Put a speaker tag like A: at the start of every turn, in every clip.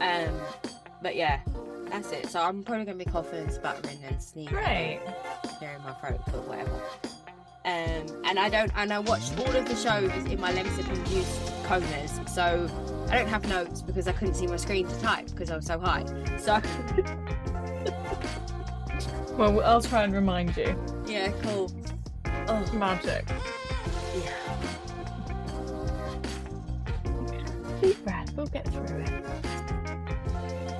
A: Um, but yeah, that's it. So I'm probably gonna be coughing, sputtering, and sneezing,
B: Great.
A: clearing my throat, but whatever. Um, and I don't, and I watched all of the shows in my limited induced comas, so I don't have notes because I couldn't see my screen to type because I was so high. So
B: Well, I'll try and remind you.
A: yeah, cool. Oh
B: Magic.
A: yeah.
B: Deep breath. We'll get through it.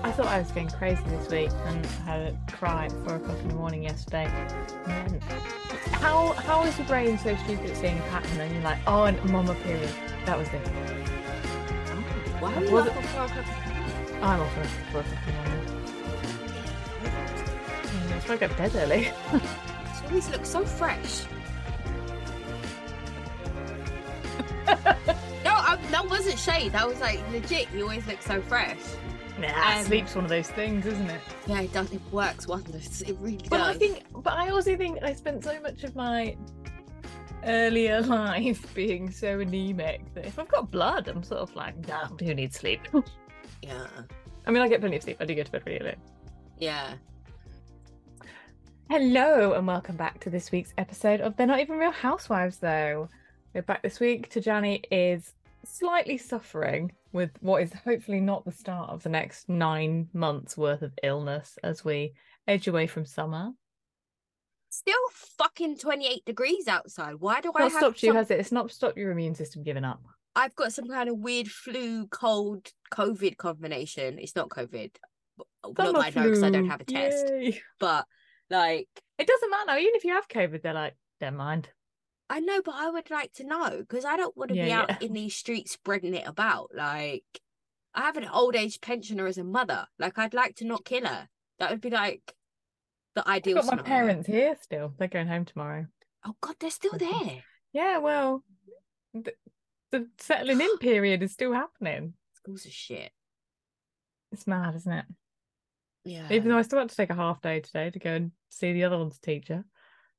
B: I thought I was going crazy this week and had a cry at four o'clock in the morning yesterday. And then, how how is your brain so stupid at seeing a pattern and you're like, oh, and mama period. That was it.
A: Why are you
B: Was
A: up at four o'clock?
B: I'm off at four o'clock in the morning. Mm, That's why I go to bed early.
A: She always looks so fresh. no, I, that wasn't shade. That was like legit. You always look so fresh.
B: Nah,
A: Um,
B: sleep's one of those things, isn't it?
A: Yeah, it does. It works wonders. It really
B: But
A: does.
B: I think, but I also think I spent so much of my earlier life being so anemic that if I've got blood, I'm sort of like, nah, who needs sleep?
A: yeah,
B: I mean, I get plenty of sleep. I do go to bed really early.
A: yeah.
B: Hello, and welcome back to this week's episode of They're Not Even Real Housewives, though. We're back this week. Tajani is slightly suffering with what is hopefully not the start of the next nine months worth of illness as we edge away from summer.
A: Still fucking twenty-eight degrees outside. Why do I
B: Not
A: have?
B: stopped you,
A: some-
B: has it? It's not stopped your immune system giving up.
A: I've got some kind of weird flu, cold, COVID combination. It's not COVID. Not that I know because I don't have a test. But like,
B: It doesn't matter. Even if you have COVID, they're like, don't mind.
A: I know, but I would like to know because I don't want to
B: Yeah,
A: be out
B: yeah.
A: in these streets spreading it about. Like, I have an old age pensioner as a mother. Like, I'd like to not kill her. That would be like the
B: I've
A: ideal.
B: got my
A: scenario.
B: parents here still. They're going home tomorrow.
A: Oh God, they're still there.
B: Yeah, well, the, the settling in period is still happening.
A: Schools are shit.
B: It's mad, isn't it?
A: Yeah.
B: Even though I still had to take a half day today to go and see the other one's teacher.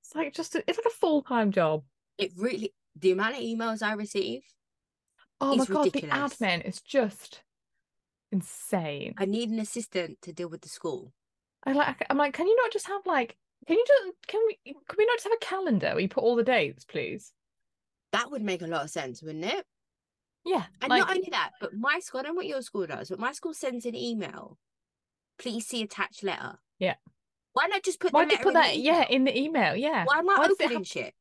B: It's like just a, it's like a full time job.
A: it really, the amount of emails I receive,
B: Oh
A: It's
B: my god,
A: ridiculous.
B: the admin is just insane.
A: I need an assistant to deal with the school.
B: I like. I'm like, can you not just have like? Can you just? Can we? Can we not just have a calendar where you put all the dates, please?
A: That would make a lot of sense, wouldn't it?
B: Yeah.
A: And not only that, but my school, I don't know what your school does, but my school sends an email. Please see attached letter.
B: Yeah.
A: Why not just put
B: why
A: the
B: do you
A: letter in
B: put
A: the
B: that? Yeah,
A: email?
B: in the email. Yeah.
A: Why am I
B: why does it
A: opening
B: have-
A: shit?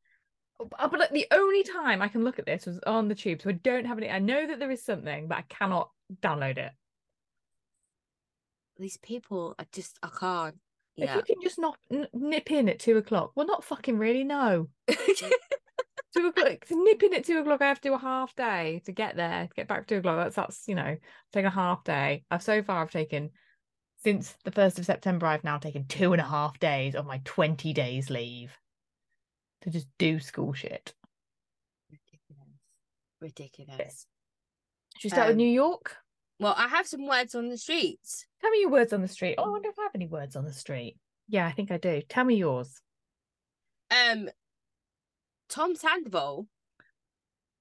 B: Uh, But like, the only time I can look at this was on the tube, so I don't have any. I know that there is something, but I cannot download it.
A: These people are just I can't.
B: If
A: Yeah.
B: you can just not n- nip in at two o'clock, well, not fucking really. No, two o'clock. to nip in at two o'clock, I have to do a half day to get there, to get back to two o'clock. That's that's you know, taking a half day. I've so far I've taken since the first of September. I've now taken two and a half days of my twenty days leave to just do school shit.
A: Ridiculous. Ridiculous.
B: Should we start with
A: Um,
B: New York?
A: Well, I have some words on the streets.
B: Tell me your words on the street. Oh, I wonder if I have any words on the street. Yeah, I think I do. Tell me yours.
A: Um Tom Sandoval,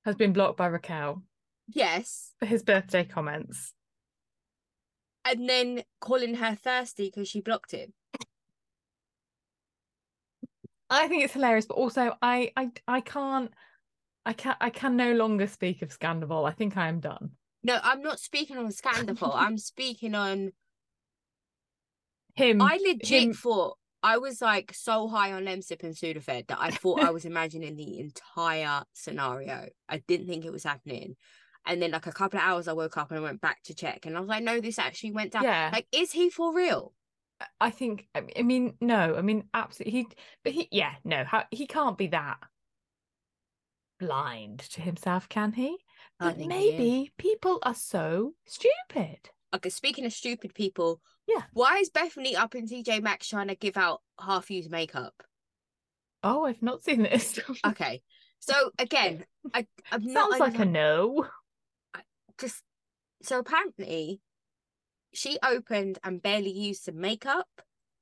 B: Has been blocked by Raquel
A: yes.
B: for his birthday comments.
A: And then calling her thirsty because she blocked him.
B: I think it's hilarious, but also I I I can't I can I can no longer speak of Scandival. I think I am done.
A: No, I'm not speaking on Scandal. I'm speaking on
B: Him
A: I legit
B: Mm. him-
A: thought I was like so high on Lemsip and Sudafed that I thought I was imagining the entire scenario. I didn't think it was happening. And then like a couple of hours I woke up and I went back to check and I was like, no, this actually went down.
B: yeah.
A: Like, is he for real?
B: I think I mean- I mean no, I mean absolutely he but he yeah, no, how, he can't be that blind to himself, can he?
A: I
B: But
A: think he is.
B: maybe people are so stupid.
A: Okay, speaking of stupid people,
B: Yeah.
A: Why is Bethany up in TJ Maxx trying to give out half used makeup?
B: Oh, I've not seen this.
A: Okay. So again, I I'm not
B: Sounds like a
A: understand-
B: no.
A: just so apparently she opened and barely used some makeup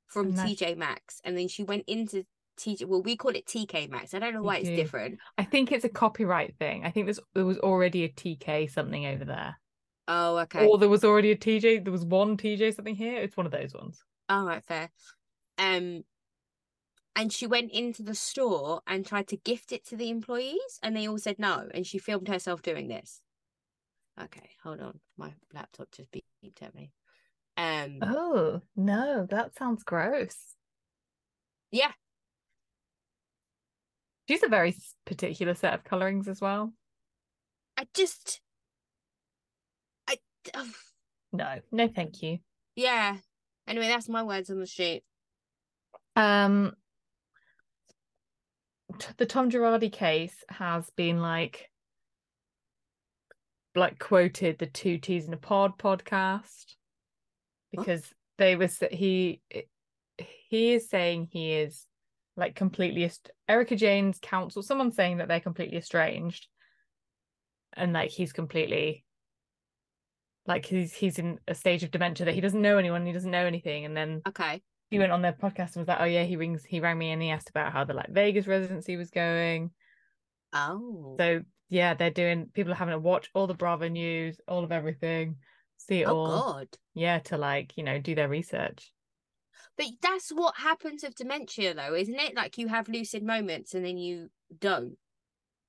A: from
B: Nice.
A: TJ Maxx and then she went into TJ well we call it TK Maxx I don't know
B: We
A: why it's
B: do.
A: different
B: I think it's a copyright thing. I think there's there was already a TK something over there.
A: Oh, okay.
B: Or there was already a TJ. There was one TJ something here. It's one of those ones.
A: All right, fair. Um, and she went into the store and tried to gift it to the employees, and they all said no. And she filmed herself doing this. Okay, hold on. My laptop just beeped at me. Um,
B: Oh no, that sounds gross.
A: Yeah.
B: She's a very s- particular set of colorings as well.
A: I just, I, ugh,
B: No, no, thank you.
A: yeah. Anyway, that's my words on the street.
B: Um, t- the Tom Girardi case has been like, like quoted the two T's in a pod podcast
A: What?
B: because they was he he is saying he is like completely est- Erica Jane's counsel. Someone's saying that they're completely estranged, and like he's completely like he's he's in a stage of dementia that he doesn't know anyone, he doesn't know anything, and then
A: Okay.
B: he went on their podcast and was like, "Oh yeah, he rings, he rang me and he asked about how the like Vegas residency was going."
A: Oh.
B: So yeah, they're doing. People are having to watch all the Bravo news, all of everything, see it
A: oh
B: all.
A: God.
B: Yeah, to like you know do their research.
A: But that's what happens with dementia, though, isn't it? Like you have lucid moments and then you don't.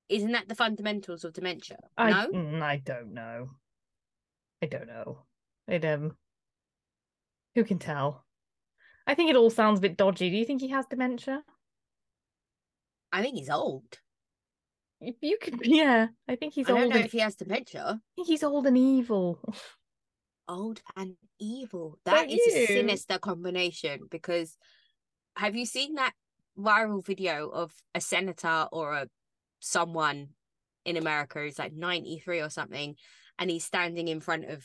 A: Isn't that the fundamentals of dementia?
B: I
A: no.
B: mm, I don't know. I don't know. It um, who can tell? I think it all sounds a bit dodgy. Do you think he has dementia?
A: I think he's old.
B: You, you could, yeah. I think he's
A: I
B: old.
A: don't know
B: and,
A: if he has dementia.
B: I think he's old and evil.
A: Old and evil. That
B: Don't
A: is a
B: you?
A: sinister combination because have you seen that viral video of a senator or a someone in America who's like 93 or something and he's standing in front of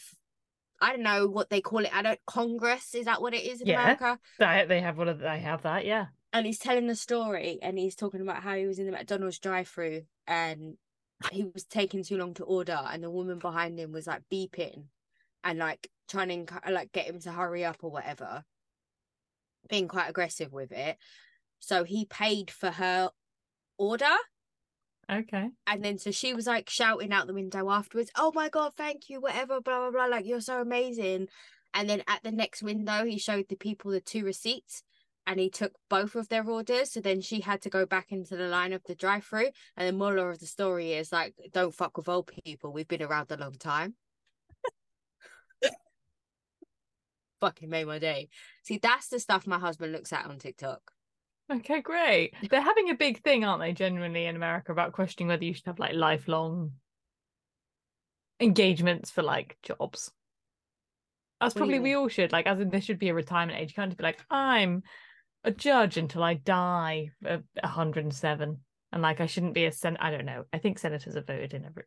A: I don't know what they call it. I don't Congress is that what it is in
B: Yeah.
A: America?
B: That they have one of they have that. Yeah.
A: and he's telling the story and he's talking about how he was in the McDonald's drive through and he was taking too long to order and the woman behind him was like beeping and like trying to encou- like get him to hurry up or whatever being quite aggressive with it so he paid for her order
B: Okay.
A: and then so she was like shouting out the window afterwards oh my god thank you whatever blah blah blah like you're so amazing and then at the next window he showed the people the two receipts and he took both of their orders so then she had to go back into the line of the drive through and the moral of the story is like don't fuck with old people we've been around a long time fucking made my day see that's the stuff my husband looks at on tiktok
B: Okay, great. They're having a big thing, aren't they, generally in America about questioning whether you should have like lifelong engagements for like jobs.
A: What
B: That's
A: do you
B: probably we
A: mean?
B: all should, like, as in there should be a retirement age. You can't just be like, I'm a judge until I die at 107. And like, I shouldn't be a sen. I don't know. I think senators are voted in every-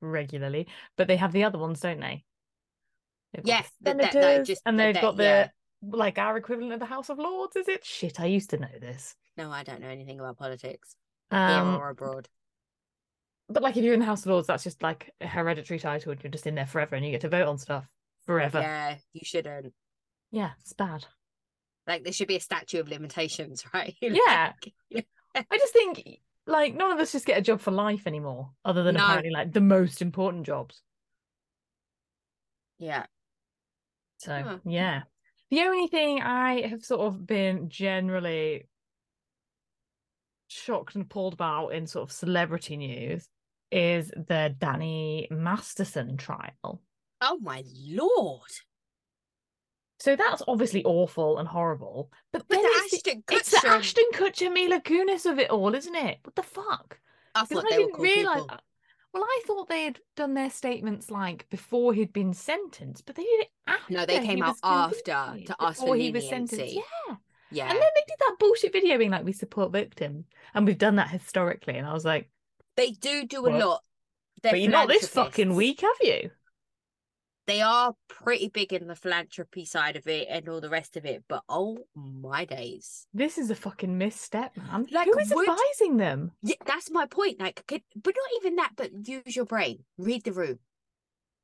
B: regularly, but they have the other ones, don't they? They've got the
A: Yes, that- that- that
B: senators,
A: just-
B: and
A: that-
B: they've
A: that-
B: got the
A: yeah.
B: like our equivalent of the House of Lords, is it? Shit, I used to know this.
A: no i don't know anything about politics here
B: Um,
A: or abroad
B: But like if you're in the House of Lords, that's just like a hereditary title and you're just in there forever and you get to vote on stuff forever. Yeah,
A: yeah you shouldn't
B: it's bad.
A: Like there should be a statue of limitations, right?
B: Yeah.
A: Like,
B: I just think like none of us just get a job for life anymore, other than
A: No.
B: apparently like the most important jobs.
A: yeah.
B: So
A: Huh.
B: yeah. The only thing I have sort of been generally shocked and appalled about in sort of celebrity news is the Danny Masterson trial.
A: Oh my lord.
B: So that's obviously awful and horrible. But
A: But
B: then
A: the
B: it's the-
A: Ashton
B: It's the
A: Kutcher-
B: Ashton Kutcher Mila Kunis of it all, isn't it? What the fuck?
A: I
B: 'Cause
A: thought they were cool
B: realise-
A: people.
B: Well, I thought they had done their statements like before he'd been sentenced, but they did it after.
A: No, they came
B: he
A: out
B: was
A: after
B: convicted,
A: to ask for
B: before he was sentenced.
A: leniency.
B: Yeah.
A: Yeah.
B: and then they did that bullshit video being like, "We support victims, and we've done that historically." And I was like,
A: they do do a
B: Well,
A: lot. They're
B: "But you're not this fucking
A: philanthropists.
B: weak, have you?"
A: They are pretty big in the philanthropy side of it and all the rest of it, but oh my days.
B: This is a fucking misstep, man.
A: Like,
B: Who is
A: would-
B: advising them?
A: Yeah, that's my point. Like, could, but not even that, but use your brain, read the room.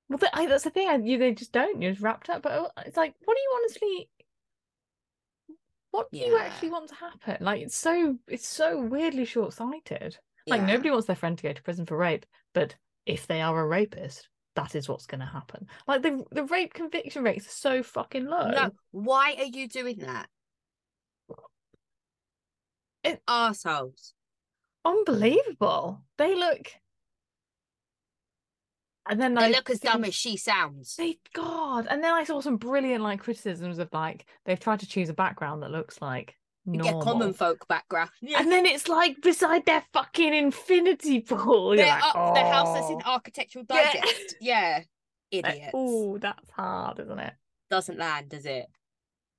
B: Well, th- I, that's the thing. I, you, they just don't. You're just wrapped up. But uh, it's like, what do you honestly? What do you actually
A: Yeah.
B: want to happen? Like, it's so it's so weirdly short sighted. Like,
A: Yeah.
B: nobody wants their friend to go to prison for rape, but if they are a rapist, that is what's going to happen. Like the the rape conviction rates are so fucking low.
A: No, why are you doing that?
B: It-
A: Arseholes.
B: Unbelievable. They look. And then
A: They
B: like,
A: look as dumb as she sounds.
B: They God, and then I saw some brilliant like criticisms of like they've tried to choose a background that looks like
A: You
B: normal.
A: get common folk background. Yeah.
B: And then it's like beside their fucking infinity pool. You're
A: They're
B: like,
A: up the house that's in
B: "Oh."
A: Architectural
B: Yeah.
A: Digest. Yeah.
B: Like,
A: Idiots.
B: Oh, that's hard, isn't it?
A: Doesn't land, does it?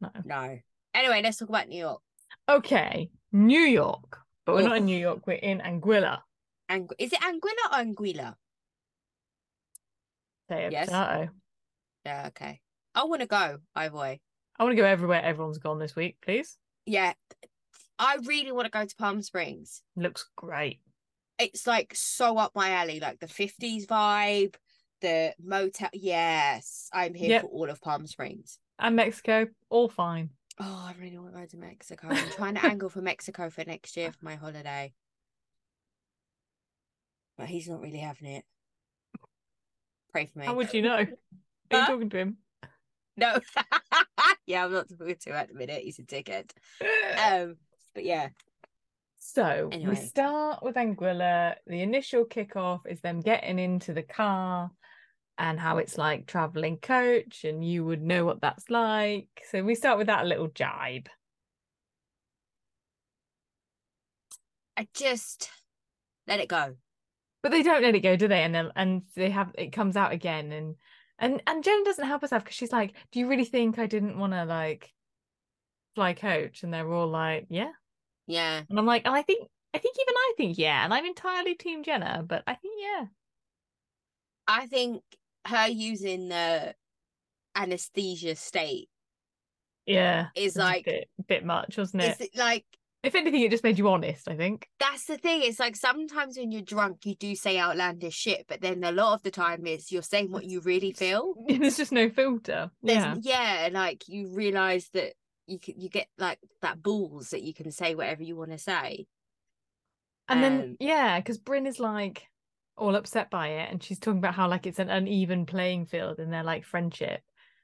B: No.
A: No. Anyway, let's talk about New York.
B: Okay, New York, but we're
A: Oof.
B: not in New York. We're in Anguilla.
A: Angu- is it Anguilla or Anguilla?
B: Say
A: Yes.
B: potato.
A: Yeah, okay. I want to go either way.
B: I want to go everywhere. Everyone's gone this week, please.
A: Yeah. I really want to go to Palm Springs.
B: Looks great.
A: It's like so up my alley, like the 50s vibe, the motel. Yes, I'm here
B: Yep.
A: for all of Palm Springs.
B: And Mexico, all fine.
A: Oh, I really want to go to Mexico. I'm trying to angle for Mexico for next year for my holiday. But he's not really having it. Pray for me.
B: How would you know? Are you
A: Huh?
B: talking to him?
A: No. yeah, I'm not talking to at the minute. He's a dickhead. Um, but yeah.
B: So
A: Anyway.
B: we start with Anguilla. The initial kickoff is them getting into the car and how it's like traveling coach, and you would know what that's like. So we start with that little jibe.
A: I just let it go.
B: But they don't let it go, do they? And then and they have it comes out again and and and Jen doesn't help herself because she's like, Do you really think I didn't want to like fly coach? And they're all like, Yeah.
A: Yeah.
B: And I'm like, and I think I think even I think yeah. And I'm entirely team Jenna, but I think yeah.
A: I think her using the anesthesia state
B: Yeah.
A: is
B: was a
A: like
B: bit, bit much, wasn't
A: is
B: it?
A: it like
B: If anything, it just made you honest, I think.
A: that's the thing. It's like sometimes when you're drunk you do say outlandish shit, but then a lot of the time it's you're saying what you really feel.
B: There's just no filter. yeah.
A: There's, yeah. like you realise that you can, you get like that balls that you can say whatever you want to say.
B: And
A: um,
B: then yeah, because Bryn is like all upset by it and she's talking about how like it's an uneven playing field in their like friendship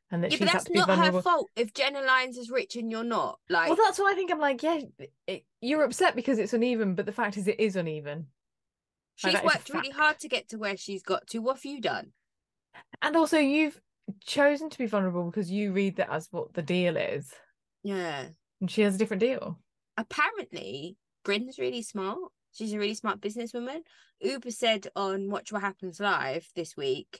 B: and that
A: Yeah,
B: she's
A: but that's
B: absolutely
A: not
B: vulnerable.
A: her fault if Jenna Lyons is rich and you're not. Like
B: Well, that's why I think I'm like, yeah, it, you're upset because it's uneven, but the fact is it is uneven.
A: she's
B: that is a
A: worked really
B: fact.
A: hard to get to where she's got to. What have you done?
B: And also you've chosen to be vulnerable because you read that as what the deal is.
A: Yeah.
B: And she has a different deal.
A: apparently Bryn's really smart. She's a really smart businesswoman. Uber said on Watch What Happens Live this week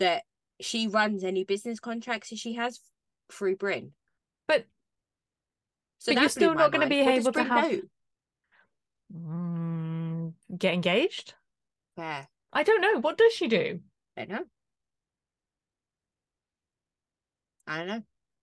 A: that she runs any business contracts that she has through Bryn.
B: But
A: So
B: But you're
A: that blew
B: still
A: my
B: not gonna
A: mind.
B: be
A: What does
B: able to
A: Bryn
B: have-
A: know?
B: mm, get engaged?
A: Yeah,
B: I don't know. What does she do?
A: I don't know. I don't know.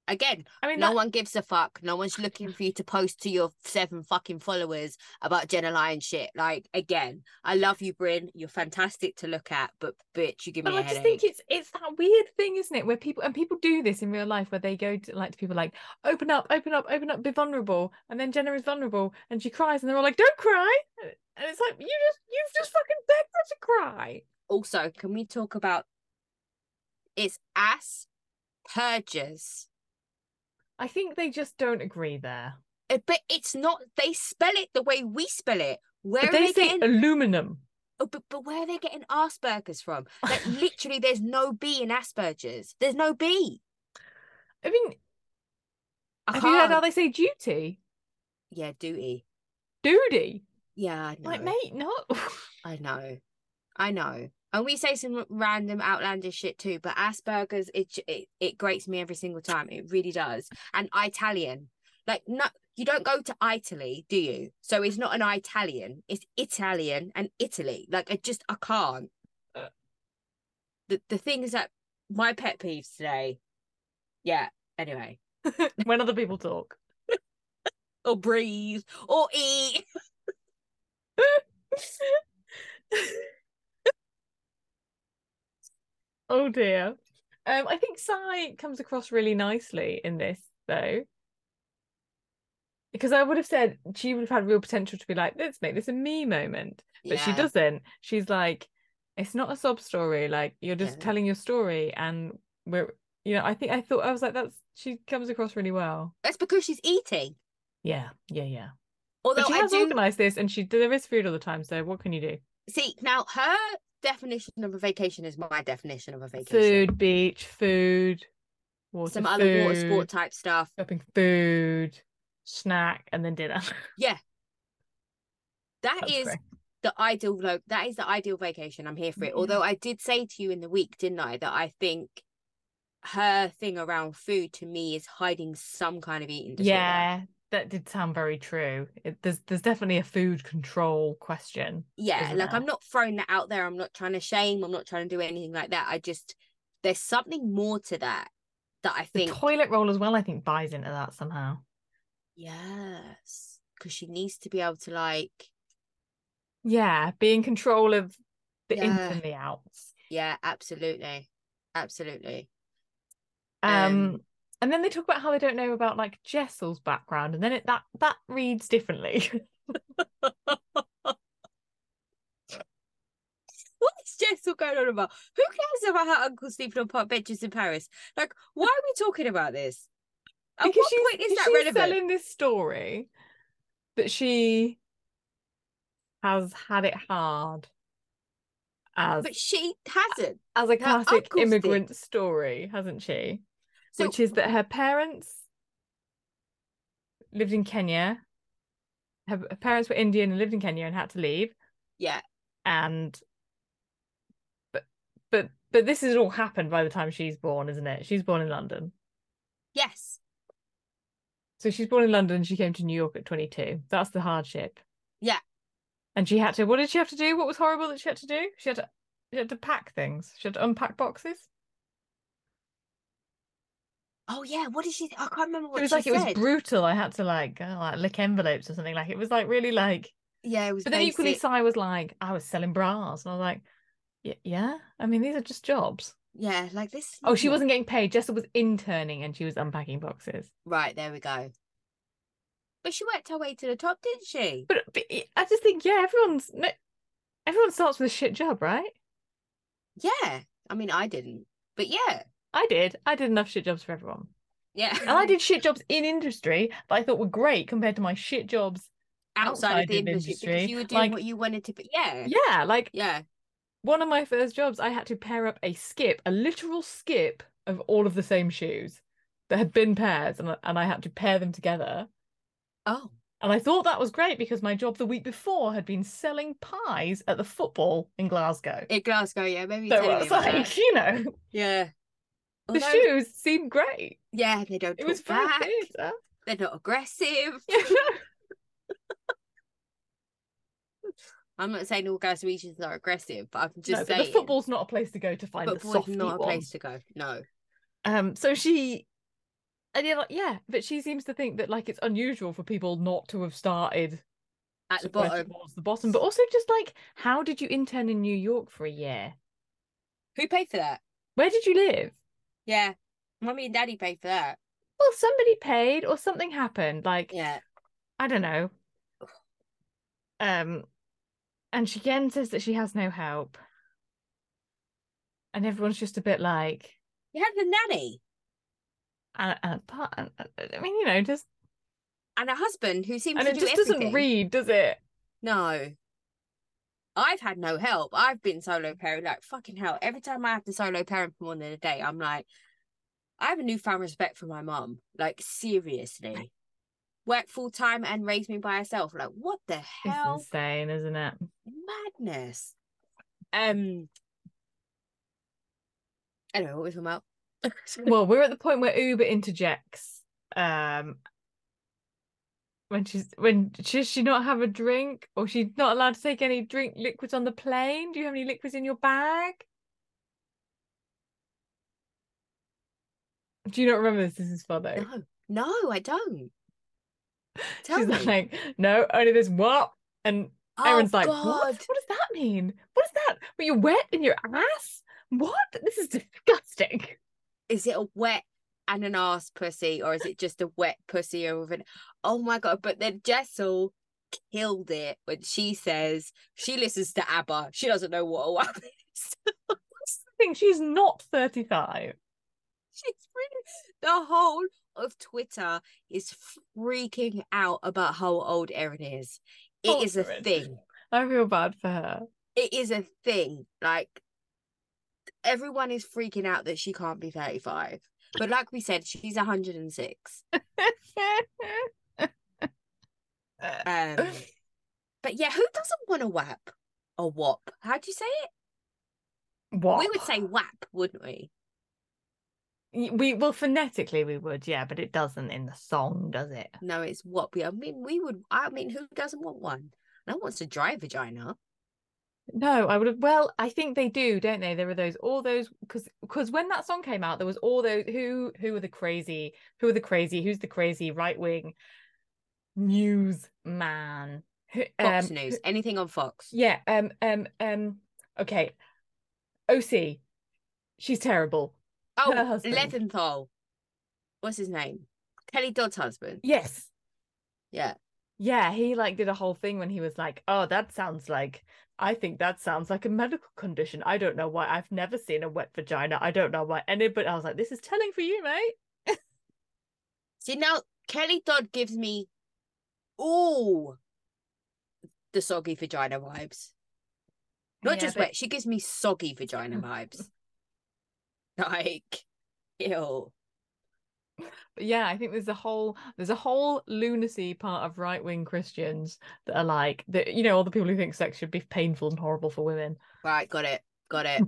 A: Again,
B: I mean,
A: no
B: that-
A: one gives a fuck. No one's looking for you to post to your seven fucking followers about Jenna Lyon shit. Like, again, I love you, Bryn. You're fantastic to look at, but bitch, you give me
B: But
A: a
B: I
A: headache.
B: just think it's it's that weird thing, isn't it? Where people and people do this in real life, where they go to like to people like open up, open up, open up, be vulnerable, and then Jenna is vulnerable and she cries, and they're all like, "Don't cry," and it's like you just you've just fucking begged her to cry.
A: also, can we talk about it's ass purges?
B: I think they just don't agree there.
A: Uh, But it's not. They spell it the way we spell it. Where
B: But
A: are
B: they
A: they,
B: say
A: getting?
B: aluminum.
A: oh, but, but where are they getting Aspergers from? Like literally, there's no B in Aspergers. There's no B.
B: I mean,
A: I
B: have you heard how
A: can't.
B: they say duty,
A: Yeah, duty.
B: duty?
A: Yeah, I know.
B: Like, mate, no.
A: I know. I know. And we say some random outlandish shit too, but Asperger's it j- it, it grates me every single time. It really does. And Italian, like no, you don't go to Italy, do you? So it's not an Italian. It's Italian and Italy. Like I just I can't.
B: Uh.
A: The the thing is that my pet peeves today. Yeah. Anyway,
B: when other people talk.
A: or breathe or eat.
B: Oh dear. Um, I think Sai comes across really nicely in this though. Because I would have said she would have had real potential to be like, let's make this a me moment. But she
A: Yeah.
B: doesn't. She's like, It's not a sob story. Like you're just
A: Yeah.
B: telling your story, and we're, you know, I think I thought I was like, that's she comes across really well.
A: That's because she's eating.
B: Yeah, yeah, yeah.
A: Although
B: But she
A: I
B: has
A: do
B: organised this, and she there is food all the time. So what can you do?
A: see now her definition of a vacation is my definition of a vacation.
B: Food, beach, food, water,
A: Some other water
B: food,
A: sport type stuff.
B: shopping, food, snack, and then dinner.
A: That is
B: That's great.
A: the ideal lo- that is the ideal vacation. I'm here for it.
B: Yeah.
A: Although I did say to you in the week, didn't I, that I think her thing around food to me is hiding some kind of eating disorder.
B: Yeah, that did sound very true. It, there's there's definitely a food control question.
A: yeah
B: isn't
A: like i'm
B: there?
A: not throwing that out there i'm not trying to shame i'm not trying to do anything like that i just there's something more to that that i
B: The
A: think
B: toilet roll as well, I think, buys into that somehow.
A: yes because she needs to be able to like
B: Yeah, be in control of the
A: Yeah.
B: ins and the outs.
A: yeah absolutely absolutely
B: Um,
A: Um,
B: and then they talk about how they don't know about like Jessel's background, and then it that that reads differently.
A: what is Jessel going on about? Who cares about her uncle sleeping on park benches in Paris? Like, why are we talking about this? At
B: Because
A: what
B: she's-
A: point is
B: because
A: that
B: she's
A: relevant?
B: selling this story that she has had it hard as
A: But she hasn't.
B: as a classic
A: uncles did.
B: immigrant story, hasn't she?
A: So
B: Which is that her parents lived in Kenya. Her her parents were Indian and lived in Kenya and had to leave.
A: yeah,
B: And but but but this has all happened by the time she's born, isn't it? She's born in London.
A: yes,
B: So she's born in London. She came to New York at 22. That's the hardship.
A: Yeah.
B: And she had to. What did she have to do? What was horrible that she had to do? She had to. She had to pack things. She had to unpack boxes.
A: Oh yeah, what did she? I can't remember what
B: it was
A: she
B: like
A: said.
B: it was brutal. I had to like go, like lick envelopes or something. Like it was like really like.
A: yeah, it was.
B: But then equally,
A: basic.
B: Sai was like, I was selling bras, and I was like, "Y- yeah. I mean, these are just jobs.
A: yeah, like this. is
B: Oh, she
A: normal.
B: wasn't getting paid. Jessa was interning, and she was unpacking boxes.
A: right. There we go. But she worked her way to the top, didn't she?
B: But, but it- I just think, yeah, everyone's no, everyone starts with a shit job, right?
A: Yeah. I mean, I didn't, but yeah,
B: I did. I did enough shit jobs for everyone.
A: yeah.
B: And I did shit jobs in industry that I thought were great compared to my shit jobs.
A: outside of the
B: outside of
A: industry,
B: industry,
A: because you were doing
B: like-
A: what you wanted to. Be. Yeah.
B: Yeah, like
A: Yeah.
B: one of my first jobs, I had to pair up a skip, a literal skip of all of the same shoes that had been pairs, and I, and I had to pair them together.
A: Oh.
B: And I thought that was great because my job the week before had been selling pies at the football in Glasgow.
A: In Glasgow, yeah. Maybe.
B: so
A: tell
B: I
A: me
B: was
A: about
B: like,
A: that.
B: you know,
A: yeah.
B: the
A: Although-
B: shoes seemed great.
A: Yeah, they don't
B: It
A: talk
B: was very
A: back.
B: theatre.
A: They're not aggressive. I'm not saying all Glaswegians are aggressive, but I'm
B: No,
A: just
B: but
A: saying.
B: the football's not a place to go to find the
A: football's
B: softy
A: not a
B: one.
A: place to go. No.
B: Um, so she, and yeah, like, yeah, but she seems to think that like it's unusual for people not to have started
A: At the
B: somewhere
A: bottom.
B: towards the bottom, but also just like, how did you intern in New York for a year?
A: Who paid for that?
B: Where did you live?
A: Yeah. Mummy and daddy paid for that.
B: Well, somebody paid or something happened. Like,
A: Yeah.
B: I don't know. Um, and she again says that she has no help, and everyone's just a bit like, "Uh,
A: You had the nanny
B: and, and, part- and uh, I mean, you know, just
A: and a husband who seems
B: and
A: to
B: it
A: do
B: just
A: everything.
B: doesn't read, does it?
A: No. I've had no help. I've been solo parent. Like, fucking hell. Every time I have to solo parent for more than a day, I'm like, I have a newfound respect for my mum. Like, seriously. Work full time and raise me by herself. Like, what the hell?
B: It's insane, isn't it?
A: Madness. Um. I don't know what we're talking about.
B: well, we're at the point where Uber interjects. Um, when she's when should she not have a drink, or she's not allowed to take any drink liquids on the plane? Do you have any liquids in your bag? Do you not remember this? This is for though.
A: no, no, I don't. Tell
B: she's
A: me.
B: like, no, only this what? And Aaron's
A: oh,
B: like,
A: God.
B: what? What does that mean? What is that? Were you wet in your ass? What? This is disgusting.
A: is it a wet and an ass pussy or is it just a wet pussy or with an oh my god but then jessel killed it when she says she listens to abba she doesn't know what a wap
B: That's the thing. She's not 35.
A: She's really the whole of Twitter is freaking out about how old Erin is. It
B: Poor
A: is a
B: Erin.
A: thing.
B: I feel bad for her.
A: It is a thing. Like everyone is freaking out that she can't be 35. But like we said, she's 106. Um but yeah, who doesn't want to whap? A whop. How do you say it?
B: what?
A: We would say whap, wouldn't we?
B: Y- we well phonetically we would, yeah, but it doesn't in the song, does it?
A: No, it's whop. I mean, we would. I mean, who doesn't want one? No one wants a dry vagina.
B: No, I would have. Well, I think they do, don't they? There were those, all those, because because when that song came out, there was all those who who are the crazy, who are the crazy, who's the crazy right wing news man. Who-
A: Fox
B: um,
A: News, anything on Fox.
B: Yeah. Um. Um. Um. Okay. OC. She's terrible. her
A: Oh,
B: husband.
A: Leventhal. What's his name? Kelly Dodd's husband.
B: Yes.
A: Yeah.
B: Yeah. He like did a whole thing when he was like, "Oh, that sounds like." I think that sounds like a medical condition. I don't know why. I've never seen a wet vagina. I don't know why anybody. I was like, this is telling for you, mate.
A: See, now Kelly Dodd gives me all the soggy vagina vibes. Not
B: Yeah,
A: just
B: but-
A: wet, she gives me soggy vagina vibes. Like, ew.
B: But yeah, I think there's a whole there's a whole lunacy part of right wing Christians that are like that. You know, all the people who think sex should be painful and horrible for women.
A: Right, got it. Got it.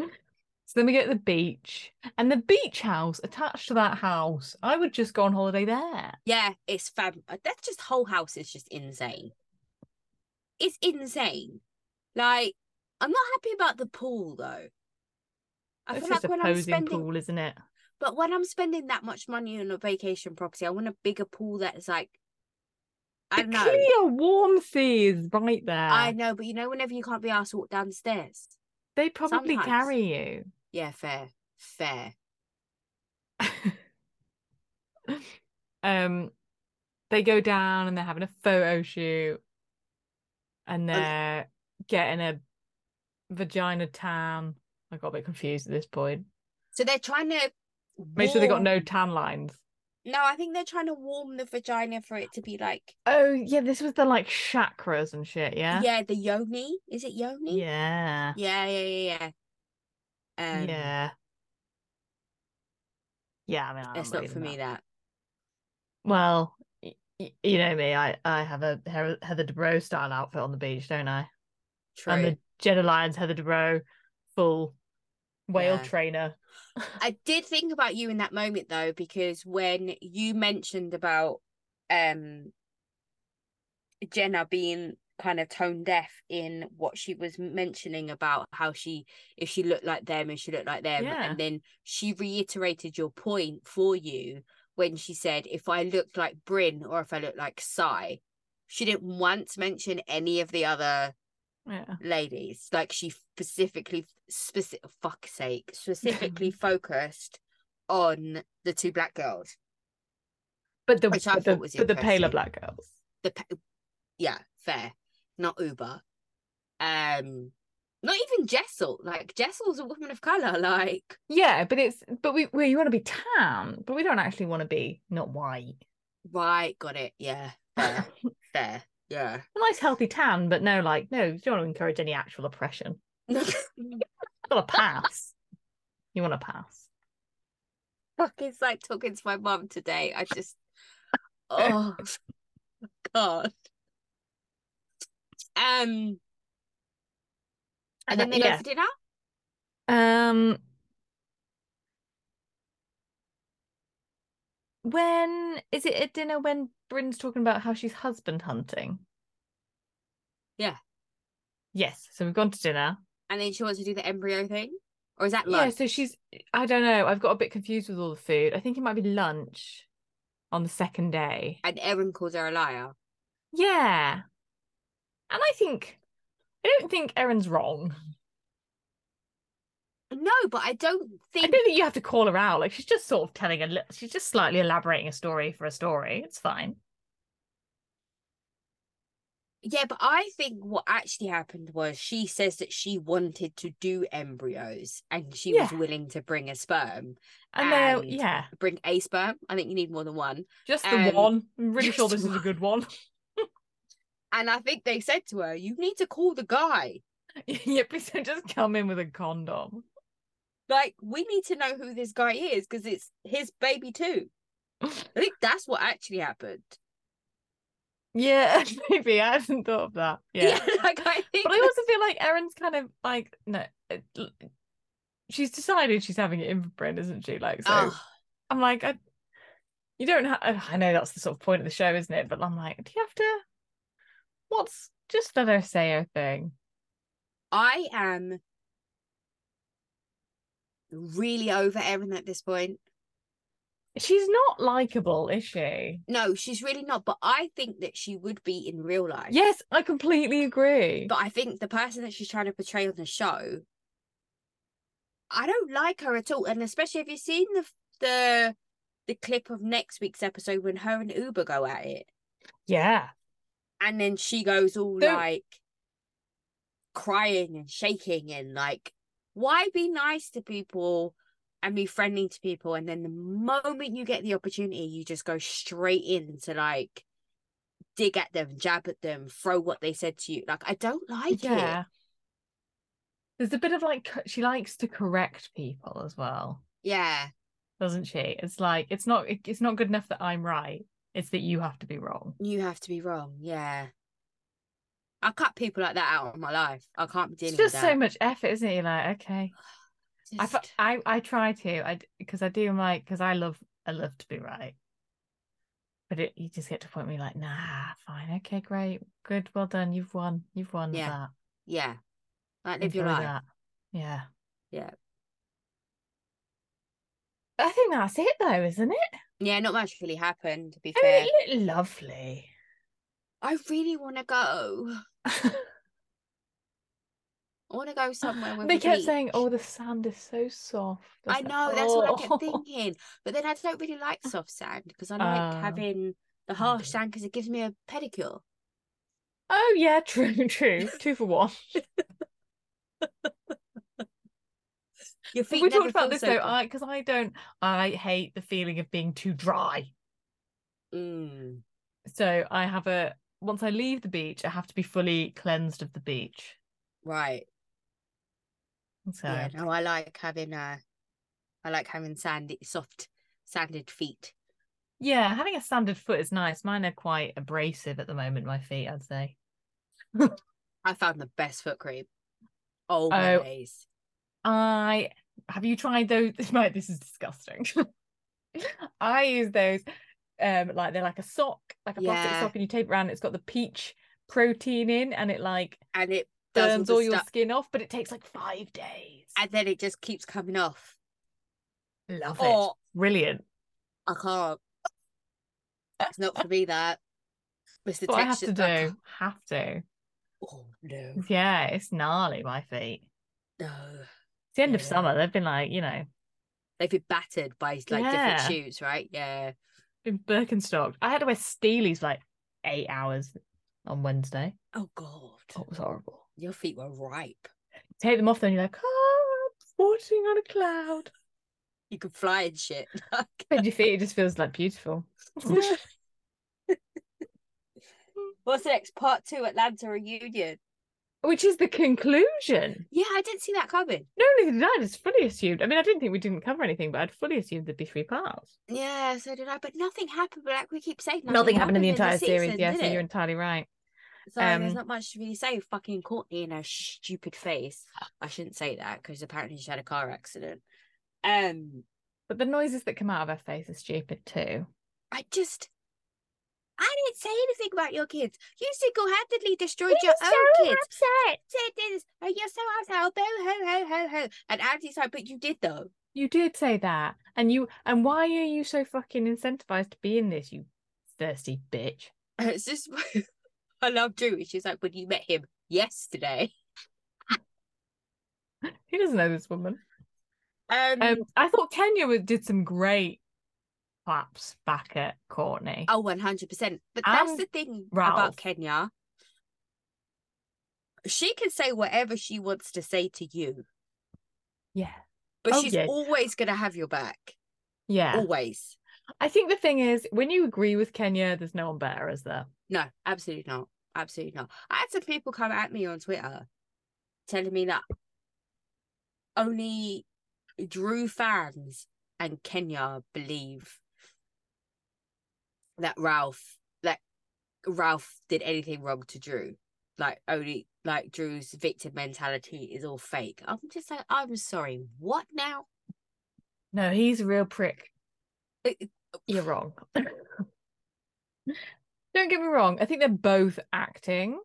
B: So then we get the beach and the beach house attached to that house. I would just go on holiday there.
A: Yeah, it's fab. uh, That's just whole house is just insane. It's insane. Like, I'm not happy about the pool though. I
B: it's
A: feel like
B: just
A: when
B: a
A: I'm
B: posing
A: spending,
B: pool, isn't it?
A: but when I'm spending that much money on a vacation property, I want a bigger pool that's like, I
B: the
A: don't know,
B: clear warm sea is right there.
A: I know, but you know, whenever you can't be asked to walk downstairs.
B: they probably
A: sometimes.
B: carry you.
A: Yeah, fair, fair.
B: um, they go down and they're having a photo shoot, and they're getting a vagina tan. I got a bit confused at this point.
A: So they're trying to
B: Make sure they got
A: warm-
B: no tan lines.
A: No, I think they're trying to warm the vagina for it to be like,
B: Oh yeah, this was the like chakras and shit.
A: yeah,
B: Yeah.
A: the yoni. Is it yoni?
B: Yeah.
A: Yeah, yeah, yeah, yeah. Um,
B: yeah. Yeah, I mean, I
A: That's
B: don't
A: not
B: believe
A: for
B: in
A: me. That
B: Well, y- y- you know me. I I have a Heather Heather Dubrow style outfit on the beach, don't I?
A: true.
B: And the Jed Lyons Heather Dubrow full whale
A: Yeah.
B: trainer.
A: I did think about you in that moment though, because when you mentioned about um Jenna being kind of tone deaf in what she was mentioning about how she if she looked like them and she looked like them,
B: Yeah.
A: and then she reiterated your point for you when she said if I looked like Bryn or if I looked like Sai. She didn't once mention any of the other
B: Yeah.
A: ladies like she specifically specific fuck's sake specifically focused on the two black girls
B: But the
A: Which I
B: but the,
A: thought was
B: but the paler
A: interesting.
B: black girls.
A: the pa- yeah fair not uber um not even jessel like jessel's a woman of color like
B: Yeah, but it's but we we want to be tan, but we don't actually want to be not white.
A: right got it yeah
B: a
A: fair fair yeah
B: nice healthy tan, but no, like no, you don't want to encourage any actual oppression. Got to pass. you want to pass.
A: Fuck, it's like talking to my mum today. I just, oh god. Um, and
B: And
A: then
B: that-
A: they go
B: yeah.
A: for dinner.
B: Um, when is it at dinner when Bryn's talking about how she's husband hunting?
A: Yeah.
B: Yes. So we've gone to dinner.
A: and then she wants to do the embryo thing, or is that
B: Yeah.
A: lunch?
B: So she's, I don't know. I've got a bit confused with all the food. I think it might be lunch on the second day.
A: And Erin calls her a liar.
B: Yeah. And I think, I don't think Erin's wrong.
A: No, but I don't
B: I
A: think.
B: don't think you have to call her out. Like she's just sort of telling a, li- she's just slightly elaborating a story for a story. It's fine.
A: Yeah, but I think what actually happened was she says that she wanted to do embryos and she was
B: Yeah.
A: willing to bring a sperm,
B: And, they're
A: And-
B: yeah,
A: bring a sperm. I think you need more than one.
B: just the
A: um,
B: one. I'm really sure
A: just
B: this is a good one.
A: And I think they said to her, "You need to call the guy.
B: yeah, please don't just come in with a condom.
A: Like, we need to know who this guy is because it's his baby too." I think that's what actually happened.
B: Yeah, maybe I hadn't thought of that. Yeah.
A: like I think.
B: but I also feel like Erin's kind of like no, it- l- she's decided she's having it in for Bryn, isn't she? Like, so
A: Ugh.
B: I'm like, I, you don't have. I know that's the sort of point of the show, isn't it? But I'm like, do you have to? What's just let her say her thing?
A: I am really over Erin at this point.
B: She's not likable, is she?
A: No, she's really not. But I think that she would be in real life.
B: Yes, I completely agree.
A: But I think the person that she's trying to portray on the show, I don't like her at all. And especially if you've seen the the the clip of next week's episode when her and Uber go at it,
B: yeah,
A: and then she goes all
B: Don't-
A: like crying and shaking and like, why be nice to people and be friendly to people, and then the moment you get the opportunity, you just go straight into like dig at them, jab at them, throw what they said to you. Like I don't like it.
B: yeah. There's a bit of like co- she likes to correct people as well.
A: Yeah.
B: doesn't she? It's like it's not it- it's not good enough that I'm right. It's that you have to be wrong.
A: You have to be wrong. Yeah. I cut people like that out of my life. I can't be
B: It's
A: dealing
B: just
A: with
B: so
A: that.
B: much effort, isn't it? You're like, okay, I
A: Just-
B: fi- I I try to I because I do I'm like because I love I love to be right, but it, you just get to a point where you're like, nah, fine, okay, great, good, well done, you've won, you've won
A: Yeah.
B: that.
A: yeah. Like live your
B: Enjoy
A: life.
B: that. Yeah,
A: Yeah.
B: I think that's it though, isn't it?
A: Yeah, not much really happened to be
B: I
A: fair.
B: mean, it looked lovely.
A: I really wanna go. I wanna go somewhere with
B: they kept saying, "Oh, the sand is so soft." was
A: I
B: like,
A: know, that's what I
B: "Oh."
A: kept thinking. But then I don't really like soft sand because I like
B: Oh.
A: having the
B: do.
A: harsh sand because it gives me a pedicure.
B: Oh yeah, true, true. Two for one.
A: Your feet
B: we
A: never
B: talked about
A: feel
B: this
A: so
B: though,
A: good.
B: I because I don't I hate the feeling of being too dry.
A: Mm.
B: So I have a once I leave the beach, I have to be fully cleansed of the beach.
A: Right.
B: So
A: Yeah, no, I like having uh I like having sandy soft sanded feet.
B: yeah, having a standard foot is nice. Mine are quite abrasive at the moment, my feet, I'd say.
A: I found the best foot cream. Oh my
B: Oh.
A: days.
B: I have you tried those? Right, this is disgusting. I use those, um, like they're like a sock, like a plastic
A: Yeah.
B: sock, and you tape it around. It's got the peach protein in, and it like
A: And it does
B: burns all
A: all the
B: your
A: stuff
B: skin off, but it takes like five days.
A: and then it just keeps coming off.
B: love
A: Oh,
B: Brilliant.
A: I can't. It's not for me that. It's the
B: What I have
A: texture.
B: to
A: I
B: do.
A: can't-
B: Have to.
A: Oh no.
B: Yeah, it's gnarly, my feet.
A: No.
B: It's the end of
A: Yeah.
B: summer. They've been like, you know,
A: They've been battered by like different
B: Yeah.
A: shoes, right? Yeah.
B: been Birkenstock. I had to wear Steelies for like eight hours on Wednesday.
A: Oh god.
B: Oh, it was horrible.
A: Your feet were ripe.
B: Take them off, then you're like, oh, I'm floating on a cloud.
A: You could fly and shit.
B: But your feet, it just feels like beautiful.
A: What's next? Part two Atlanta reunion.
B: Which is the conclusion.
A: Yeah, I didn't see that coming.
B: No, only did I I just fully assumed. I mean, I didn't think we didn't cover anything, but I'd fully assumed there'd be three parts.
A: Yeah, so did I. But nothing happened. But like we keep saying, nothing,
B: Nothing happened in the entire
A: this
B: series.
A: season,
B: Yeah,
A: did
B: so you're
A: it?
B: entirely right.
A: So there's
B: um,
A: not much to really say. Fucking Courtney and her stupid face. I shouldn't say that because apparently she had a car accident. Um,
B: But the noises that come out of her face are stupid too.
A: I just, I didn't say anything about your kids. You single-handedly destroyed
B: He
A: your
B: was
A: own
B: so
A: kids.
B: upset.
A: Said this, and you're so asshole. Boo Oh, ho ho ho ho. And Andy's like, but you did though.
B: You did say that, and you and why are you so fucking incentivized to be in this? You thirsty bitch.
A: And it's just, I love Drew. She's like, when you met him yesterday.
B: He doesn't know this woman.
A: Um,
B: Um, I thought Kenya was, did some great claps back at Courtney.
A: Oh, 100%. But that's
B: And
A: the thing
B: Ralph.
A: about Kenya. she can say whatever she wants to say to you,
B: Yeah.
A: but
B: Oh,
A: she's
B: yeah.
A: always gonna have your back.
B: Yeah.
A: Always.
B: I think the thing is, when you agree with Kenya, there's no one better, is there?
A: No, absolutely not. Absolutely not. I had some people come at me on Twitter telling me that only Drew fans and Kenya believe that Ralph that Ralph did anything wrong to Drew. Like only like Drew's victim mentality is all fake. I'm just like, I'm sorry, what now?
B: No, he's a real prick.
A: It-
B: You're wrong. Don't get me wrong. I think they're both acting.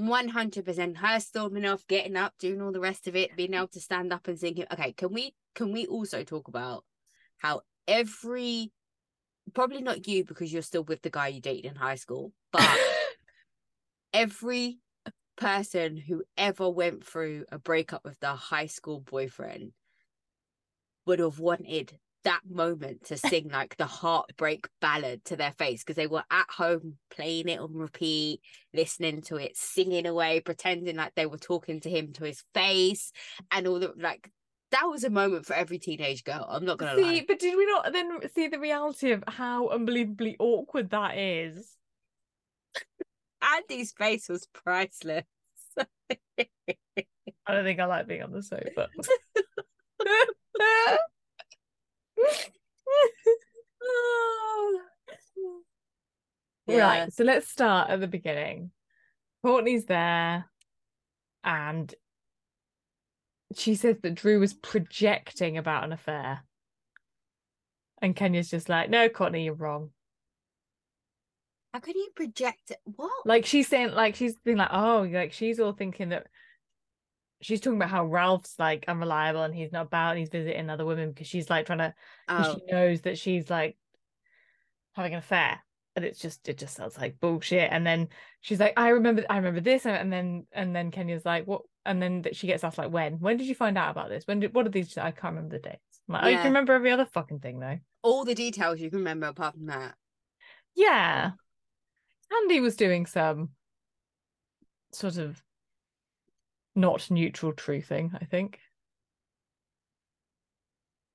A: One hundred percent. Her storming off, getting up, doing all the rest of it, being able to stand up and sing. it. Okay, can we can we also talk about how every probably not you because you're still with the guy you dated in high school, but every person who ever went through a breakup with their high school boyfriend would have wanted that moment to sing like the heartbreak ballad to their face because they were at home playing it on repeat, listening to it, singing away, pretending like they were talking to him to his face, and all the like. That was a moment for every teenage girl. I'm not gonna lie.
B: see, but did we not then see the reality of how unbelievably awkward that is?
A: Andy's face was priceless.
B: I don't think I like being on the sofa.
A: Yeah.
B: Right. So let's start at the beginning. Courtney's there and she says that Drew was projecting about an affair. And Kenya's just like, no, Courtney, you're wrong.
A: How can you project it? What?
B: Like she's saying, like she's being like, oh, like she's all thinking that she's talking about how Ralph's like unreliable and he's not about and he's visiting other women because she's like trying to and
A: oh,
B: she knows that she's like having an affair and it's just it just sounds like bullshit and then she's like i remember i remember this and, and then and then kenya's like what and then that she gets asked like when when did you find out about this when did what are these i can't remember the dates I'm like oh, you
A: Yeah.
B: can remember every other fucking thing though
A: all the details you can remember apart from that.
B: yeah andy was doing some sort of not neutral true thing i think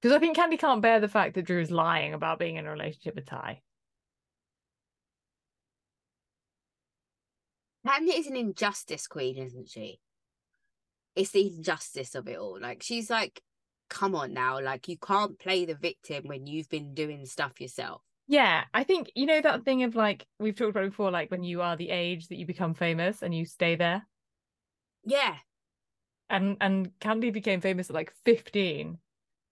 B: because i think candy can't bear the fact that drew is lying about being in a relationship with ty
A: Candy is an injustice queen, isn't she? It's the injustice of it all. Like she's like, come on now, like you can't play the victim when you've been doing stuff yourself.
B: Yeah, I think you know that thing of like we've talked about it before, like when you are the age that you become famous and you stay there.
A: Yeah,
B: And and Candy became famous at like fifteen,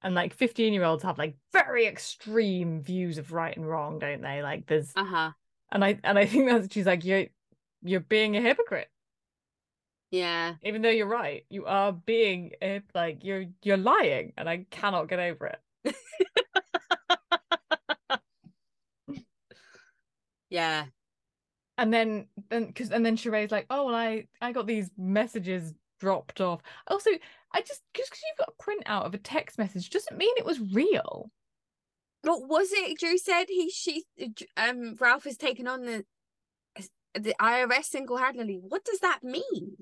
B: and like fifteen year olds have like very extreme views of right and wrong, don't they? Like there's
A: uh huh.
B: and I and I think that's she's like you're you're being a hypocrite,
A: Yeah,
B: even though you're right. You are being a, hyp- like you're you're lying, and I cannot get over it.
A: yeah.
B: and then then because and then Sheree's like, oh well, I I got these messages dropped off. Also, I just just because you've got a printout of a text message doesn't mean it was real.
A: What was it? Drew said he she um Ralph has taken on the the IRS single handedly. What does that mean?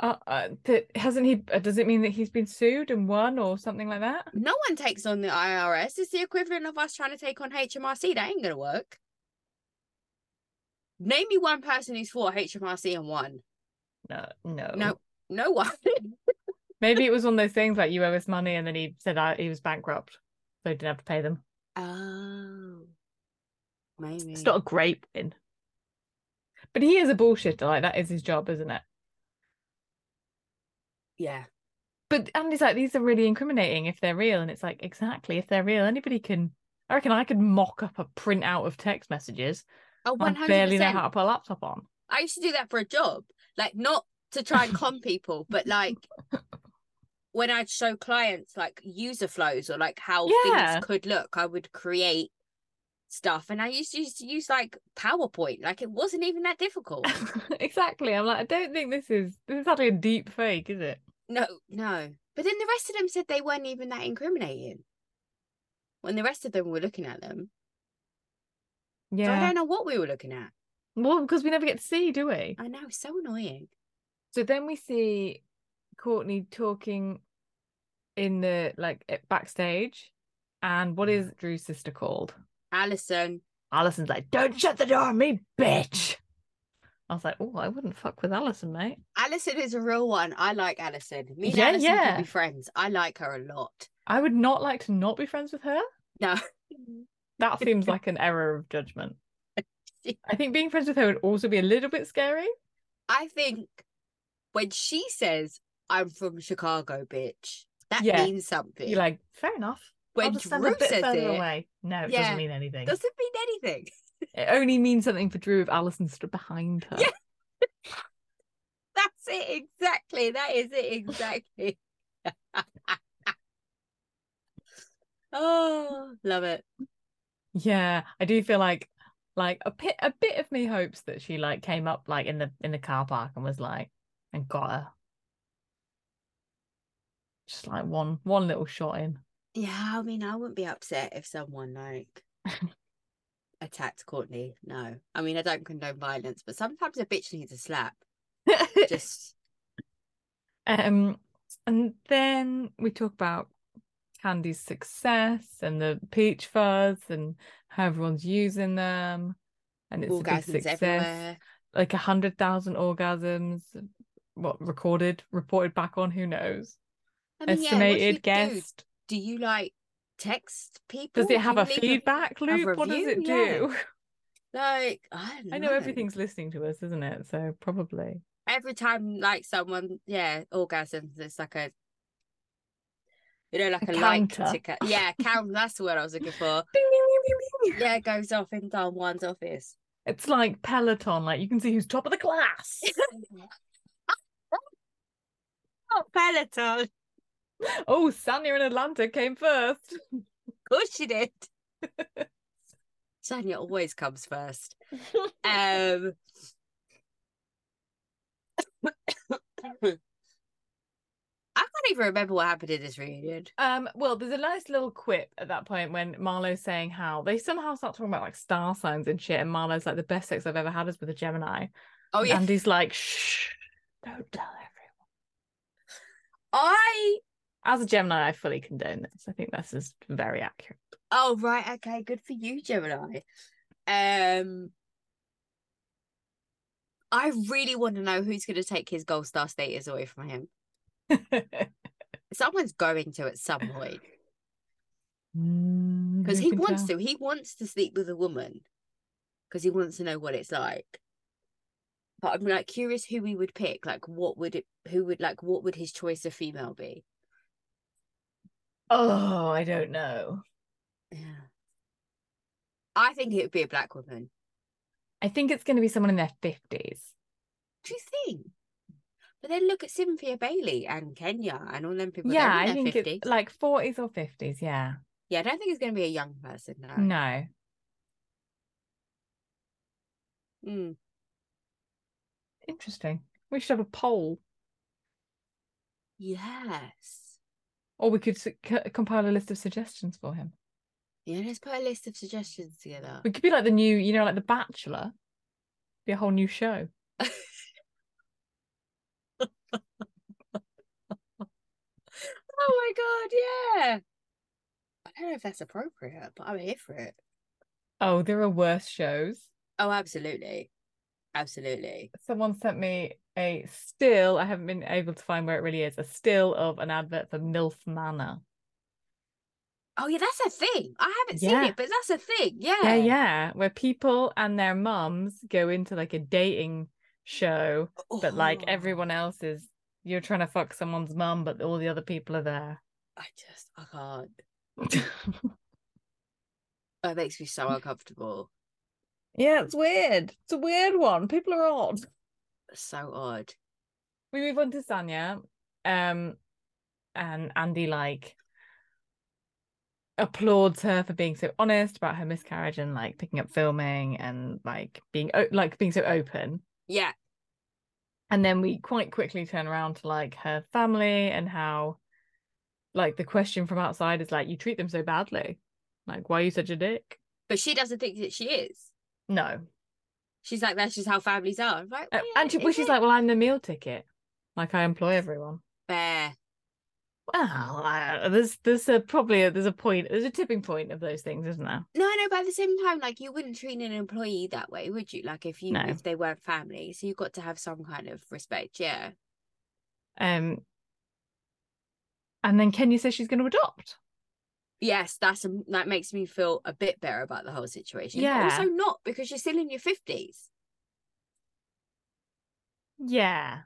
B: Uh, uh that hasn't he? Uh, does it mean that he's been sued and won or something like that?
A: No one takes on the IRS. It's the equivalent of us trying to take on HMRC. That ain't gonna work. Name me one person who's for HMRC and one.
B: No, no,
A: No, no one.
B: Maybe it was one of those things like you owe us money, and then he said uh, he was bankrupt, so he didn't have to pay them.
A: oh, maybe.
B: It's not a great win, but he is a bullshitter. Like that is his job, isn't it?
A: Yeah,
B: but Andy's like, these are really incriminating if they're real. And it's like, exactly, if they're real, anybody can. I reckon I could mock up a printout of text messages.
A: oh,
B: I
A: one hundred
B: barely know
A: percent.
B: how to put a laptop on.
A: I used to do that for a job, like not to try and con people, but like when I'd show clients like user flows or like how
B: Yeah.
A: things could look, I would create stuff, and I used to, used to use like PowerPoint. Like it wasn't even that difficult.
B: exactly. I'm like, I don't think this is this is actually a deep fake, is it?
A: No, no. But then the rest of them said they weren't even that incriminating when the rest of them were looking at them. So I
B: Yeah.
A: don't know what we were looking at.
B: Well, because we never get to see, do we?
A: I know, it's so annoying.
B: So then we see Courtney talking in the like eh, backstage, and what is Drew's sister called?
A: Alison.
B: Allison's like, "Don't shut the door on me, bitch." I was like, "Oh, I wouldn't fuck with Allison, mate."
A: Alison is a real one. I like Alison. Me and
B: Yeah,
A: Alison
B: yeah.
A: could be friends. I like her a lot.
B: I would not like to not be friends with her.
A: No.
B: That seems like an error of judgment. I think being friends with her would also be a little bit scary.
A: I think when she says, I'm from Chicago, bitch, that
B: Yeah.
A: means something.
B: You're like, fair enough. I'll
A: when
B: just stand
A: Drew
B: a bit
A: says
B: further
A: it,
B: away. No, it
A: Yeah.
B: doesn't mean anything.
A: doesn't mean anything.
B: It only means something for Drew if Allison stood behind her.
A: Yeah. That's it exactly. That is it exactly. oh, love it.
B: Yeah, I do feel like like a bit a bit of me hopes that she like came up like in the in the car park and was like and got her. Just like one one little shot in.
A: Yeah, I mean, I wouldn't be upset if someone like attacked Courtney. No, I mean, I don't condone violence, but sometimes a bitch needs a slap. Just
B: Um, and then we talk about Candy's success and the peach fuzz and how everyone's using them, and it's a big
A: orgasms
B: success.
A: everywhere.
B: Like a hundred thousand orgasms, what recorded, reported back on, who knows?
A: I mean, yeah, what do you
B: Estimated,
A: do?
B: guessed.
A: Do you like text people?
B: Does it have
A: Do
B: a
A: you leave
B: feedback loop? What does
A: review?
B: it
A: Yeah.
B: do?
A: Like, I don't know.
B: I know everything's listening to us, isn't it? So probably.
A: Every time, like someone, yeah, orgasms. It's like a, you know, like a,
B: A
A: like
B: counter.
A: ticker. Yeah, count. that's the word I was looking for.
B: Ding, ding, ding, ding, ding.
A: Yeah, it goes off in Don Juan's office.
B: It's like Peloton, like you can see who's top of the class.
A: Oh, Peloton. Of
B: oh, Sanya in Atlanta came first.
A: course she did. Sonia always comes first. Um. I can't even remember what happened in this reunion.
B: um, well, there's a nice little quip at that point when Marlo's saying how they somehow start talking about like star signs and shit, and Marlo's like the best sex I've ever had is with a Gemini,
A: Oh yeah,
B: and he's like, shh, don't tell everyone.
A: I.
B: As a Gemini, I fully condone this. I think this is very accurate.
A: Oh right, okay, good for you, Gemini. Um, I really want to know who's going to take his gold star status away from him. Someone's going to at some point because
B: Because
A: he wants to. He wants to sleep with a woman because he wants to know what it's like. But I'm like curious who he would pick. Like, what would it? Who would like? What would his choice of female be?
B: Oh, I don't know.
A: Yeah, I think it would be a black woman.
B: I think it's going to be someone in their fifties.
A: do you think? But then look at Cynthia Bailey and Kenya and all them people. they're
B: yeah,
A: in
B: I
A: their 50s.
B: think it's like forties or fifties. Yeah.
A: yeah, I don't think it's going to be a young person now.
B: No.
A: Mm.
B: Interesting. We should have a poll,
A: Yes.
B: or we could su- c- compile a list of suggestions for him.
A: Yeah, let's put a list of suggestions together.
B: We could be like the new, you know, like The Bachelor. Be a whole new show.
A: Oh my god, yeah. I don't know if that's appropriate, but I'm here for it.
B: Oh, there are worse shows.
A: Oh, absolutely. Absolutely.
B: Someone sent me a still. I haven't been able to find where it really is. A still of an advert for MILF Manor.
A: Oh yeah, that's a thing. I haven't
B: Yeah.
A: seen it, but that's a thing. Yeah.
B: Yeah, yeah, where people and their mums go into like a dating show, but like
A: Oh,
B: everyone else is. You're trying to fuck someone's mum, but all the other people are there.
A: I just I can't. That makes me so uncomfortable.
B: Yeah, it's weird. It's a weird one. People are odd.
A: So odd.
B: We move on to Sanya. Um and Andy like applauds her for being so honest about her miscarriage and like picking up filming and like being o- like being so open.
A: Yeah.
B: And then we quite quickly turn around to like her family and how like the question from outside is like you treat them so badly. Like why are you such a dick?
A: But she doesn't think that she is.
B: No.
A: She's like, that's just how families are. I'm like,
B: Uh,
A: "Well, yeah,
B: and she, well,
A: is
B: she's
A: it?"
B: like, well, I'm the meal ticket. Like I employ everyone.
A: Fair.
B: Well, I- there's there's a probably a, there's a point there's a tipping point of those things, isn't there?
A: No, no, but at the same time, like you wouldn't treat an employee that way, would you? Like if you
B: No.
A: if they weren't family, so you've got to have some kind of respect. Yeah.
B: Um, and then Kenya says she's going to adopt.
A: Yes, that's a, that makes me feel a bit better about the whole situation. but
B: Yeah.
A: also not because you're still in your fifties.
B: Yeah.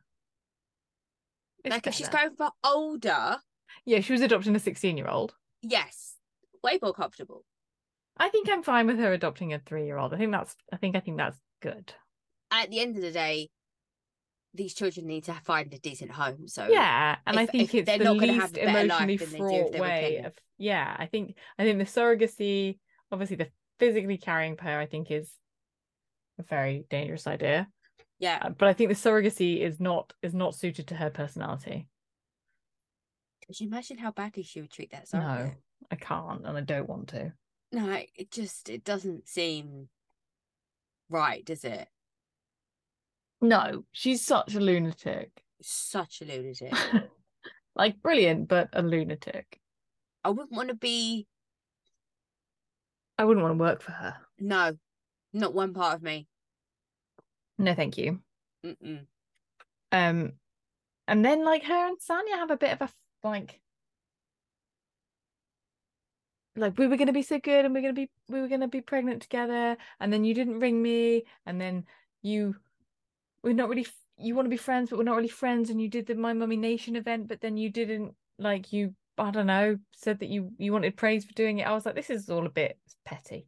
B: It's
A: Like if she's
B: better.
A: going for older,
B: yeah, she was adopting a sixteen-year-old.
A: yes, way more comfortable.
B: I think I'm fine with her adopting a three-year-old. I think that's I think I think that's good.
A: And at the end of the day, these children need to find a decent home. So
B: yeah and i
A: if-
B: think
A: if
B: it's
A: they're
B: the
A: not gonna have
B: least
A: a better life
B: emotionally
A: than they do if
B: fraught
A: they were
B: way
A: Kenyan.
B: of yeah i think i think the surrogacy obviously the physically carrying her i think is a very dangerous idea
A: yeah,
B: Uh, but i think the surrogacy is not is not suited to her personality
A: could you imagine how badly she would treat that?
B: no
A: Sorry,
B: i can't and i don't want to
A: no, like, it just it doesn't seem right, does it?
B: no she's such a lunatic
A: Such a lunatic.
B: like brilliant but a lunatic
A: I wouldn't want to be.
B: i wouldn't want to work for her
A: No, not one part of me.
B: no thank you
A: Mm-mm.
B: um and then like her and sanya have a bit of a f- like like we were going to be so good and we're going to be we were going to be pregnant together and then you didn't ring me and then you we're not really f- you want to be friends but we're not really friends and you did the my mummy nation event but then you didn't like you i don't know said that you you wanted praise for doing it i was like this is all a bit petty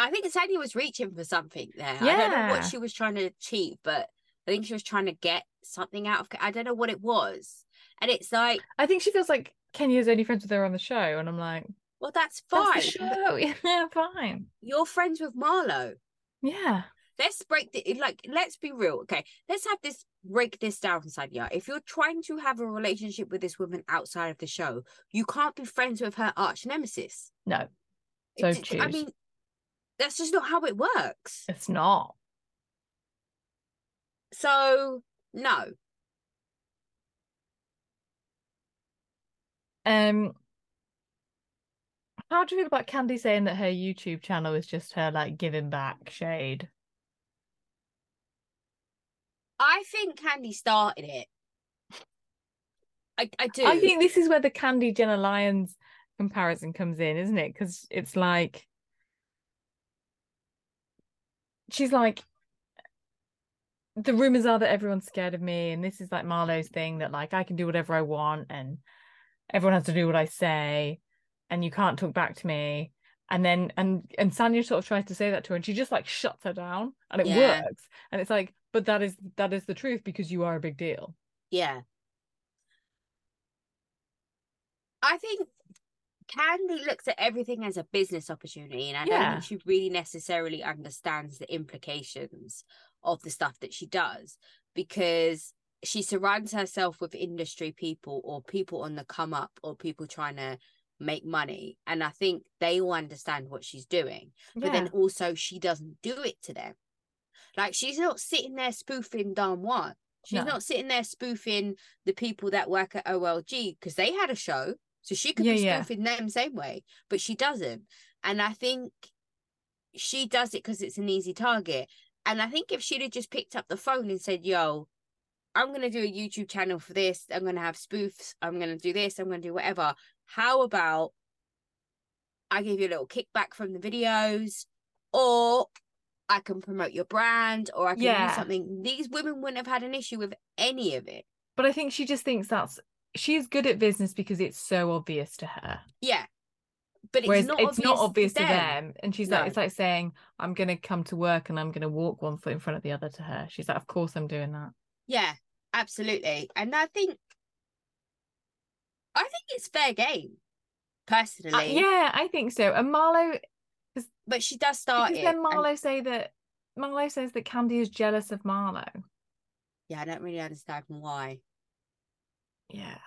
A: I think Sanya was reaching for something there. I don't know what
B: Yeah.
A: she was trying to achieve, but I think she was trying to get something out of. I don't know what it was, and it's like,
B: i think she feels like kenya's only friends with her on the show and i'm like
A: well, that's fine.
B: that's the
A: but
B: show yeah fine
A: You're friends with Marlo.
B: yeah
A: let's break the like let's be real okay let's have this break this down sanya if you're trying to have a relationship with this woman outside of the show you can't be friends with her arch nemesis
B: No,
A: It
B: So
A: just- i
B: choose.
A: mean that's just not how it works
B: it's not.
A: so no
B: Um, how do you feel about Candy saying that her YouTube channel is just her like giving back shade?
A: i think candy started it i, I do
B: I think this is where the Candy Jenna Lyons comparison comes in, isn't it? Because it's like she's like the rumors are that everyone's scared of me, and this is like Marlowe's thing that like I can do whatever I want, and everyone has to do what I say, and you can't talk back to me. And then and and Sanya sort of tries to say that to her, and she just like shuts her down, and it
A: Yeah.
B: works. And it's like, but that is that is the truth because you are a big deal.
A: yeah i think Candy looks at everything as a business opportunity, and I don't
B: Yeah.
A: think she really necessarily understands the implications of the stuff that she does because she surrounds herself with industry people or people on the come up or people trying to make money. And I think they all understand what she's doing, but then also she doesn't do it to them. Like she's not sitting there spoofing Don Juan. She's
B: No.
A: not sitting there spoofing the people that work at OLG because they had a show. So she could be
B: Yeah, yeah.
A: spoofing them same way, but she doesn't. And I think she does it because it's an easy target. And I think if she'd have just picked up the phone and said, yo, I'm going to do a YouTube channel for this. I'm going to have spoofs. I'm going to do this. I'm going to do whatever. How about I give you a little kickback from the videos or I can promote your brand or I can
B: Yeah.
A: do something. These women wouldn't have had an issue with any of it.
B: But I think she just thinks that's she's good at business because it's so obvious to her.
A: Yeah. But it's
B: Whereas
A: not obvious
B: to them. And she's
A: No.
B: like, it's like saying, I'm gonna come to work and I'm gonna walk one foot in front of the other to her. She's like, Of course I'm doing that.
A: Yeah, absolutely. And I think I think it's fair game, personally.
B: Uh, yeah, I think so. And Marlo
A: But she does start
B: because
A: it.
B: then
A: Oh, and-
B: Marlo say that Marlo says that Candy is jealous of Marlo.
A: yeah, I don't really understand why.
B: Yeah.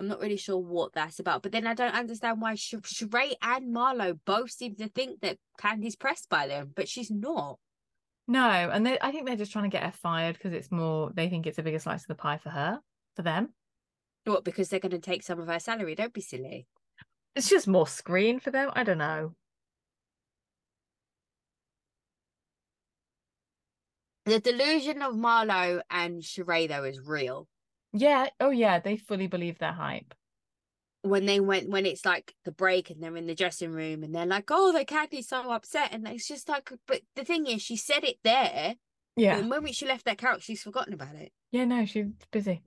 A: I'm not really sure what that's about. But then I don't understand why Sh- Sheree and Marlo both seem to think that Candy's pressed by them, but she's not.
B: No, and they, I think they're just trying to get her fired because it's more they think it's the biggest slice of the pie for her. for them.
A: What? Because they're going to take some of our salary. Don't be silly.
B: It's just more screen for them. I don't know.
A: The delusion of Marlowe and Sheree though is real.
B: Yeah. Oh, yeah. They fully believe their hype.
A: When they went, when it's like the break and they're in the dressing room and they're like, "Oh, the Cagney's so upset," and it's just like, but the thing is, she said it there.
B: Yeah.
A: but The moment she left that couch, she's forgotten about it.
B: Yeah. No, she's busy.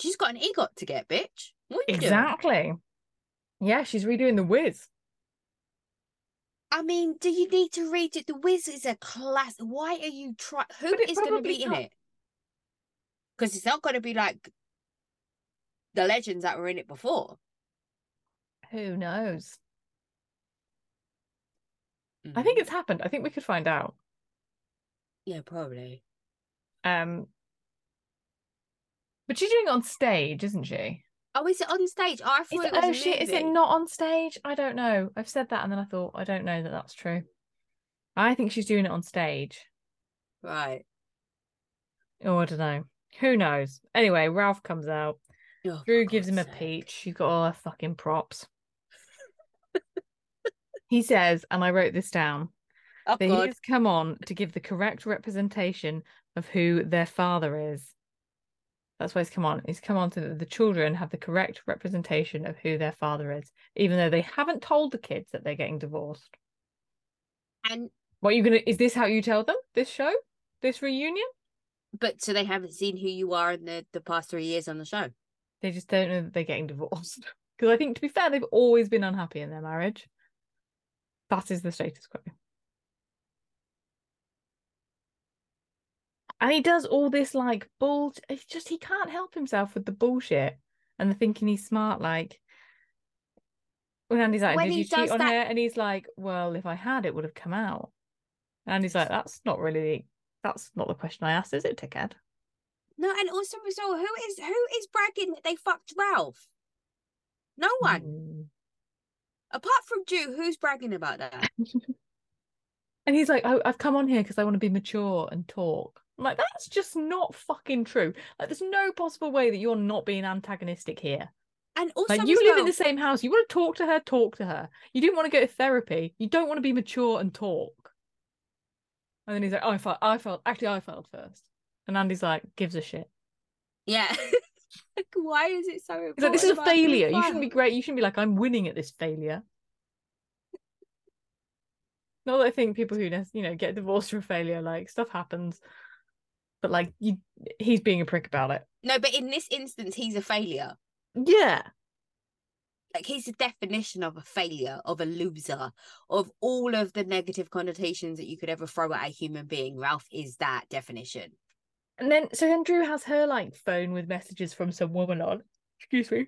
A: She's got an egot to get, bitch. What you doing?
B: Exactly. Yeah, she's redoing the whiz.
A: I mean, do you need to read it? The Wiz is a class. Why are you trying? Who
B: But it
A: is going to
B: probably
A: be in
B: can't-
A: it? Because it's not going to be like the legends that were in it before.
B: Who knows? I think it's happened. I think we could find out.
A: Mm-hmm. yeah, probably.
B: Um, but she's doing it on stage, isn't she?
A: Oh, is it on stage? Oh, I
B: Is
A: thought
B: it-
A: it, was
B: oh
A: a
B: shit! Is it
A: movie.
B: not on stage? I don't know. I've said that, and then I thought I don't know that that's true. I think she's doing it on stage.
A: Right.
B: Oh, I don't know. Who knows? Anyway, Ralph comes out.
A: Oh, for
B: Drew gives him a
A: God's sake.
B: peach. She's got all her fucking props. he says, and I wrote this down.
A: Oh,
B: They
A: God.
B: has come on to give the correct representation of who their father is. That's why he's come on. He's come on so that the children have the correct representation of who their father is, even though they haven't told the kids that they're getting divorced.
A: And,
B: What are you gonna is this how you tell them? This show? This reunion?
A: but so they haven't seen who you are in the, the past three years on the show.
B: They just don't know that they're getting divorced. Because I think to be fair, they've always been unhappy in their marriage. That is the status quo. And he does all this like bull. It's just he can't help himself with the bullshit and the thinking he's smart. Like when Andy's like,
A: When
B: "Did
A: he
B: you cheat
A: does
B: on
A: that-
B: her?" and he's like, "Well, if I had, it would have come out." And Andy's like, "That's not really. That's not the question I asked, is it, dickhead?"
A: No, and also, as well, who is who is bragging that they fucked Ralph? No one.
B: Mm.
A: Apart from Drew, who's bragging about that?
B: And he's like, oh, I've come on here because I want to be mature and talk. I'm like, that's just not fucking true. Like, there's no possible way that you're not being antagonistic here.
A: And also,
B: Like,
A: as
B: you live in
A: well-
B: the same house. You want to talk to her, talk to her. You didn't want to go to therapy. You don't want to be mature and talk. And then he's like, oh, I failed. I failed. Actually, I failed first. And Andy's like, gives a shit.
A: Yeah. like, why is it so important?
B: He's like, this is a
A: about who
B: failure. You shouldn't be
A: failed?
B: great. You shouldn't be like, I'm winning at this failure. Not that I think people who you know get divorced from failure, like stuff happens, but like you, he's being a prick about it.
A: No, but in this instance, he's a failure.
B: Yeah,
A: Like, he's the definition of a failure, of a loser, of all of the negative connotations that you could ever throw at a human being. Ralph is that definition.
B: and then so then Drew has her like phone with messages from some woman on. Excuse me.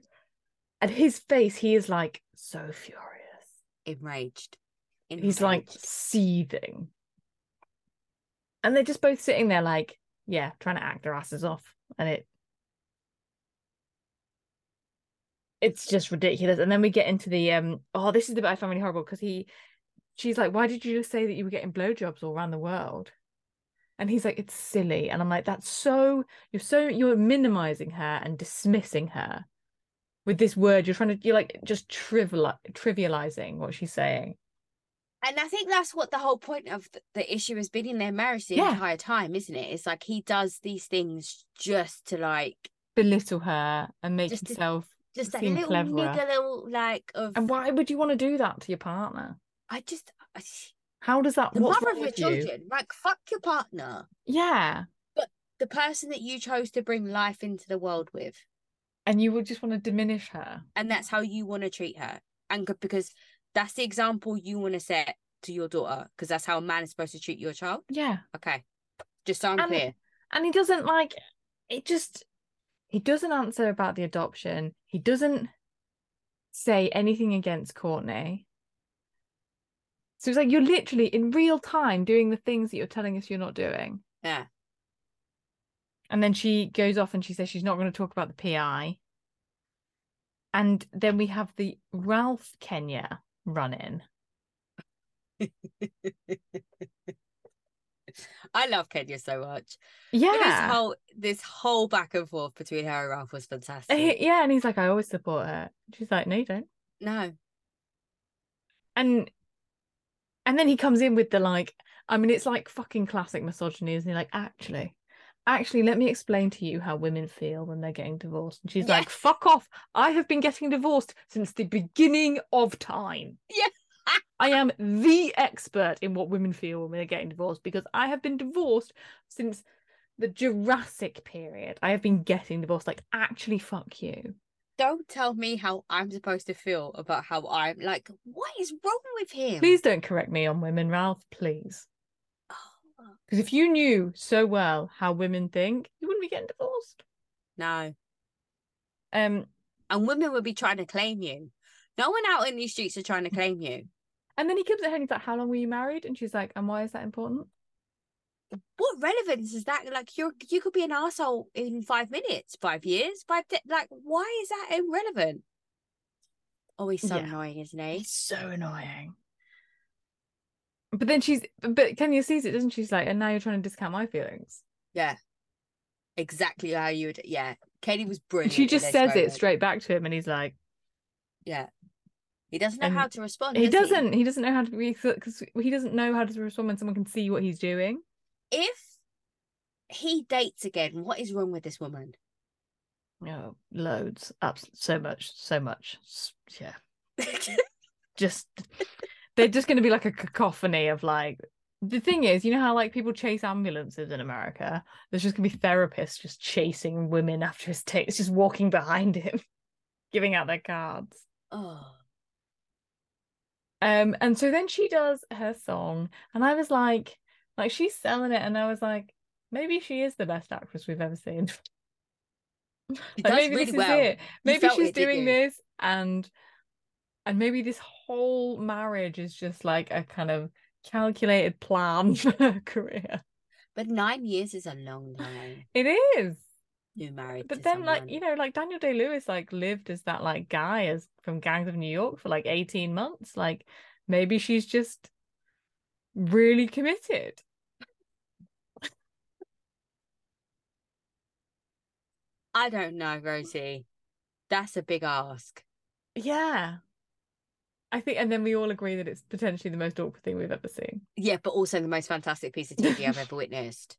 B: And his face, he is like so furious.
A: Enraged.
B: He's like
A: Enraged.
B: seething. And they're just both sitting there, like, yeah, trying to act their asses off. And it, it's just ridiculous. And then we get into the, um, oh, this is the bit I found really horrible because he, she's like, why did you just say that you were getting blowjobs all around the world? And he's like, it's silly. And I'm like, that's so, you're so, you're minimizing her and dismissing her with this word. You're trying to, you're like just trivial, trivializing what she's saying.
A: And I think that's what the whole point of th- the issue has been in their marriage the
B: Yeah.
A: entire time, isn't it? It's like he does these things just to like
B: belittle her and make
A: Just to
B: himself.
A: just that
B: Seem
A: little
B: cleverer.
A: nigger little like of
B: And why would you want to do that to your partner?
A: I just I-
B: How does that?
A: the
B: what's
A: mother
B: wrong
A: of your
B: with you?
A: children, like fuck your partner,
B: Yeah,
A: the person that you chose to bring life into the world with,
B: and you would just want to diminish her.
A: and that's how you want to treat her, and c- because that's the example you want to set to your daughter, because that's how a man is supposed to treat your child.
B: Yeah,
A: Okay, just so I'm
B: And-
A: clear.
B: and he doesn't like. It just. He doesn't answer about the adoption. He doesn't say anything against Courtney. So it's like you're literally in real time doing the things that you're telling us you're not doing.
A: Yeah,
B: And then she goes off and she says she's not going to talk about the PI. And then we have the Ralph Kenya run in.
A: I love Kenya so much. But This
B: Yeah.
A: whole this whole back and forth between her and Ralph was fantastic.
B: Yeah. And he's like, I always support her. She's like, No, you don't.
A: no.
B: And and then he comes in with the like, I mean, it's like fucking classic misogyny, isn't he? Like, actually, actually, let me explain to you how women feel when they're getting divorced. And she's
A: Yeah.
B: like, fuck off. I have been getting divorced since the beginning of time.
A: Yeah.
B: I am the expert in what women feel when they're getting divorced because I have been divorced since the Jurassic period. I have been getting divorced. Like, actually, fuck you.
A: Don't tell me how I'm supposed to feel about how I'm like, what is wrong with him?
B: Please don't correct me on women, Ralph, please.
A: Oh,
B: Because if you knew so well how women think, you wouldn't be getting divorced.
A: no.
B: Um,
A: And women would be trying to claim you. No one out in these streets are trying to claim you.
B: and then he comes at her and he's like, "How long were you married?" And she's like, "And why is that important?"
A: What relevance is that? Like you're you could be an asshole in five minutes, five years, five de- like why is that irrelevant? Oh, he's so
B: Yeah.
A: annoying, isn't he?
B: It's so annoying. But then she's, but Kenya sees it, doesn't she? She's like, "And now you're trying to discount my feelings."
A: Exactly how you would yeah. Katie was
B: And
A: brilliant.
B: she
A: in
B: just
A: this
B: says it
A: moment.
B: straight back to him, and he's like,
A: He doesn't know
B: and
A: how to respond.
B: Oh, "He
A: does
B: doesn't. He doesn't know how to because he doesn't know how to respond when someone can see what he's doing."
A: If he dates again, what is wrong with this woman?
B: Oh, loads, abs- so much, so much, S- yeah. just they're just going to be like a cacophony of like the thing is you know how like people chase ambulances in america there's just going to be therapists just chasing women after his tapes just walking behind him giving out their cards
A: oh.
B: um and so then she does her song and i was like like she's selling it and i was like maybe she is the best actress we've ever seen
A: He
B: Like,
A: does
B: maybe
A: really
B: this
A: well.
B: is it. Maybe
A: felt
B: she's
A: it, didn't
B: doing
A: you?
B: this, and and maybe this whole marriage is just like a kind of calculated plan for her career.
A: But nine years is a long time.
B: It is.
A: New married.
B: But
A: to
B: then, like
A: someone.
B: you know, like Daniel Day Lewis, like lived as that like guy as from Gangs of New York for like eighteen months. Like maybe she's just really committed.
A: I don't know, Rosie. That's a big ask.
B: Yeah, I think. And then we all agree that it's potentially the most awkward thing we've ever seen.
A: Yeah, but also the most fantastic piece of TV I've ever witnessed.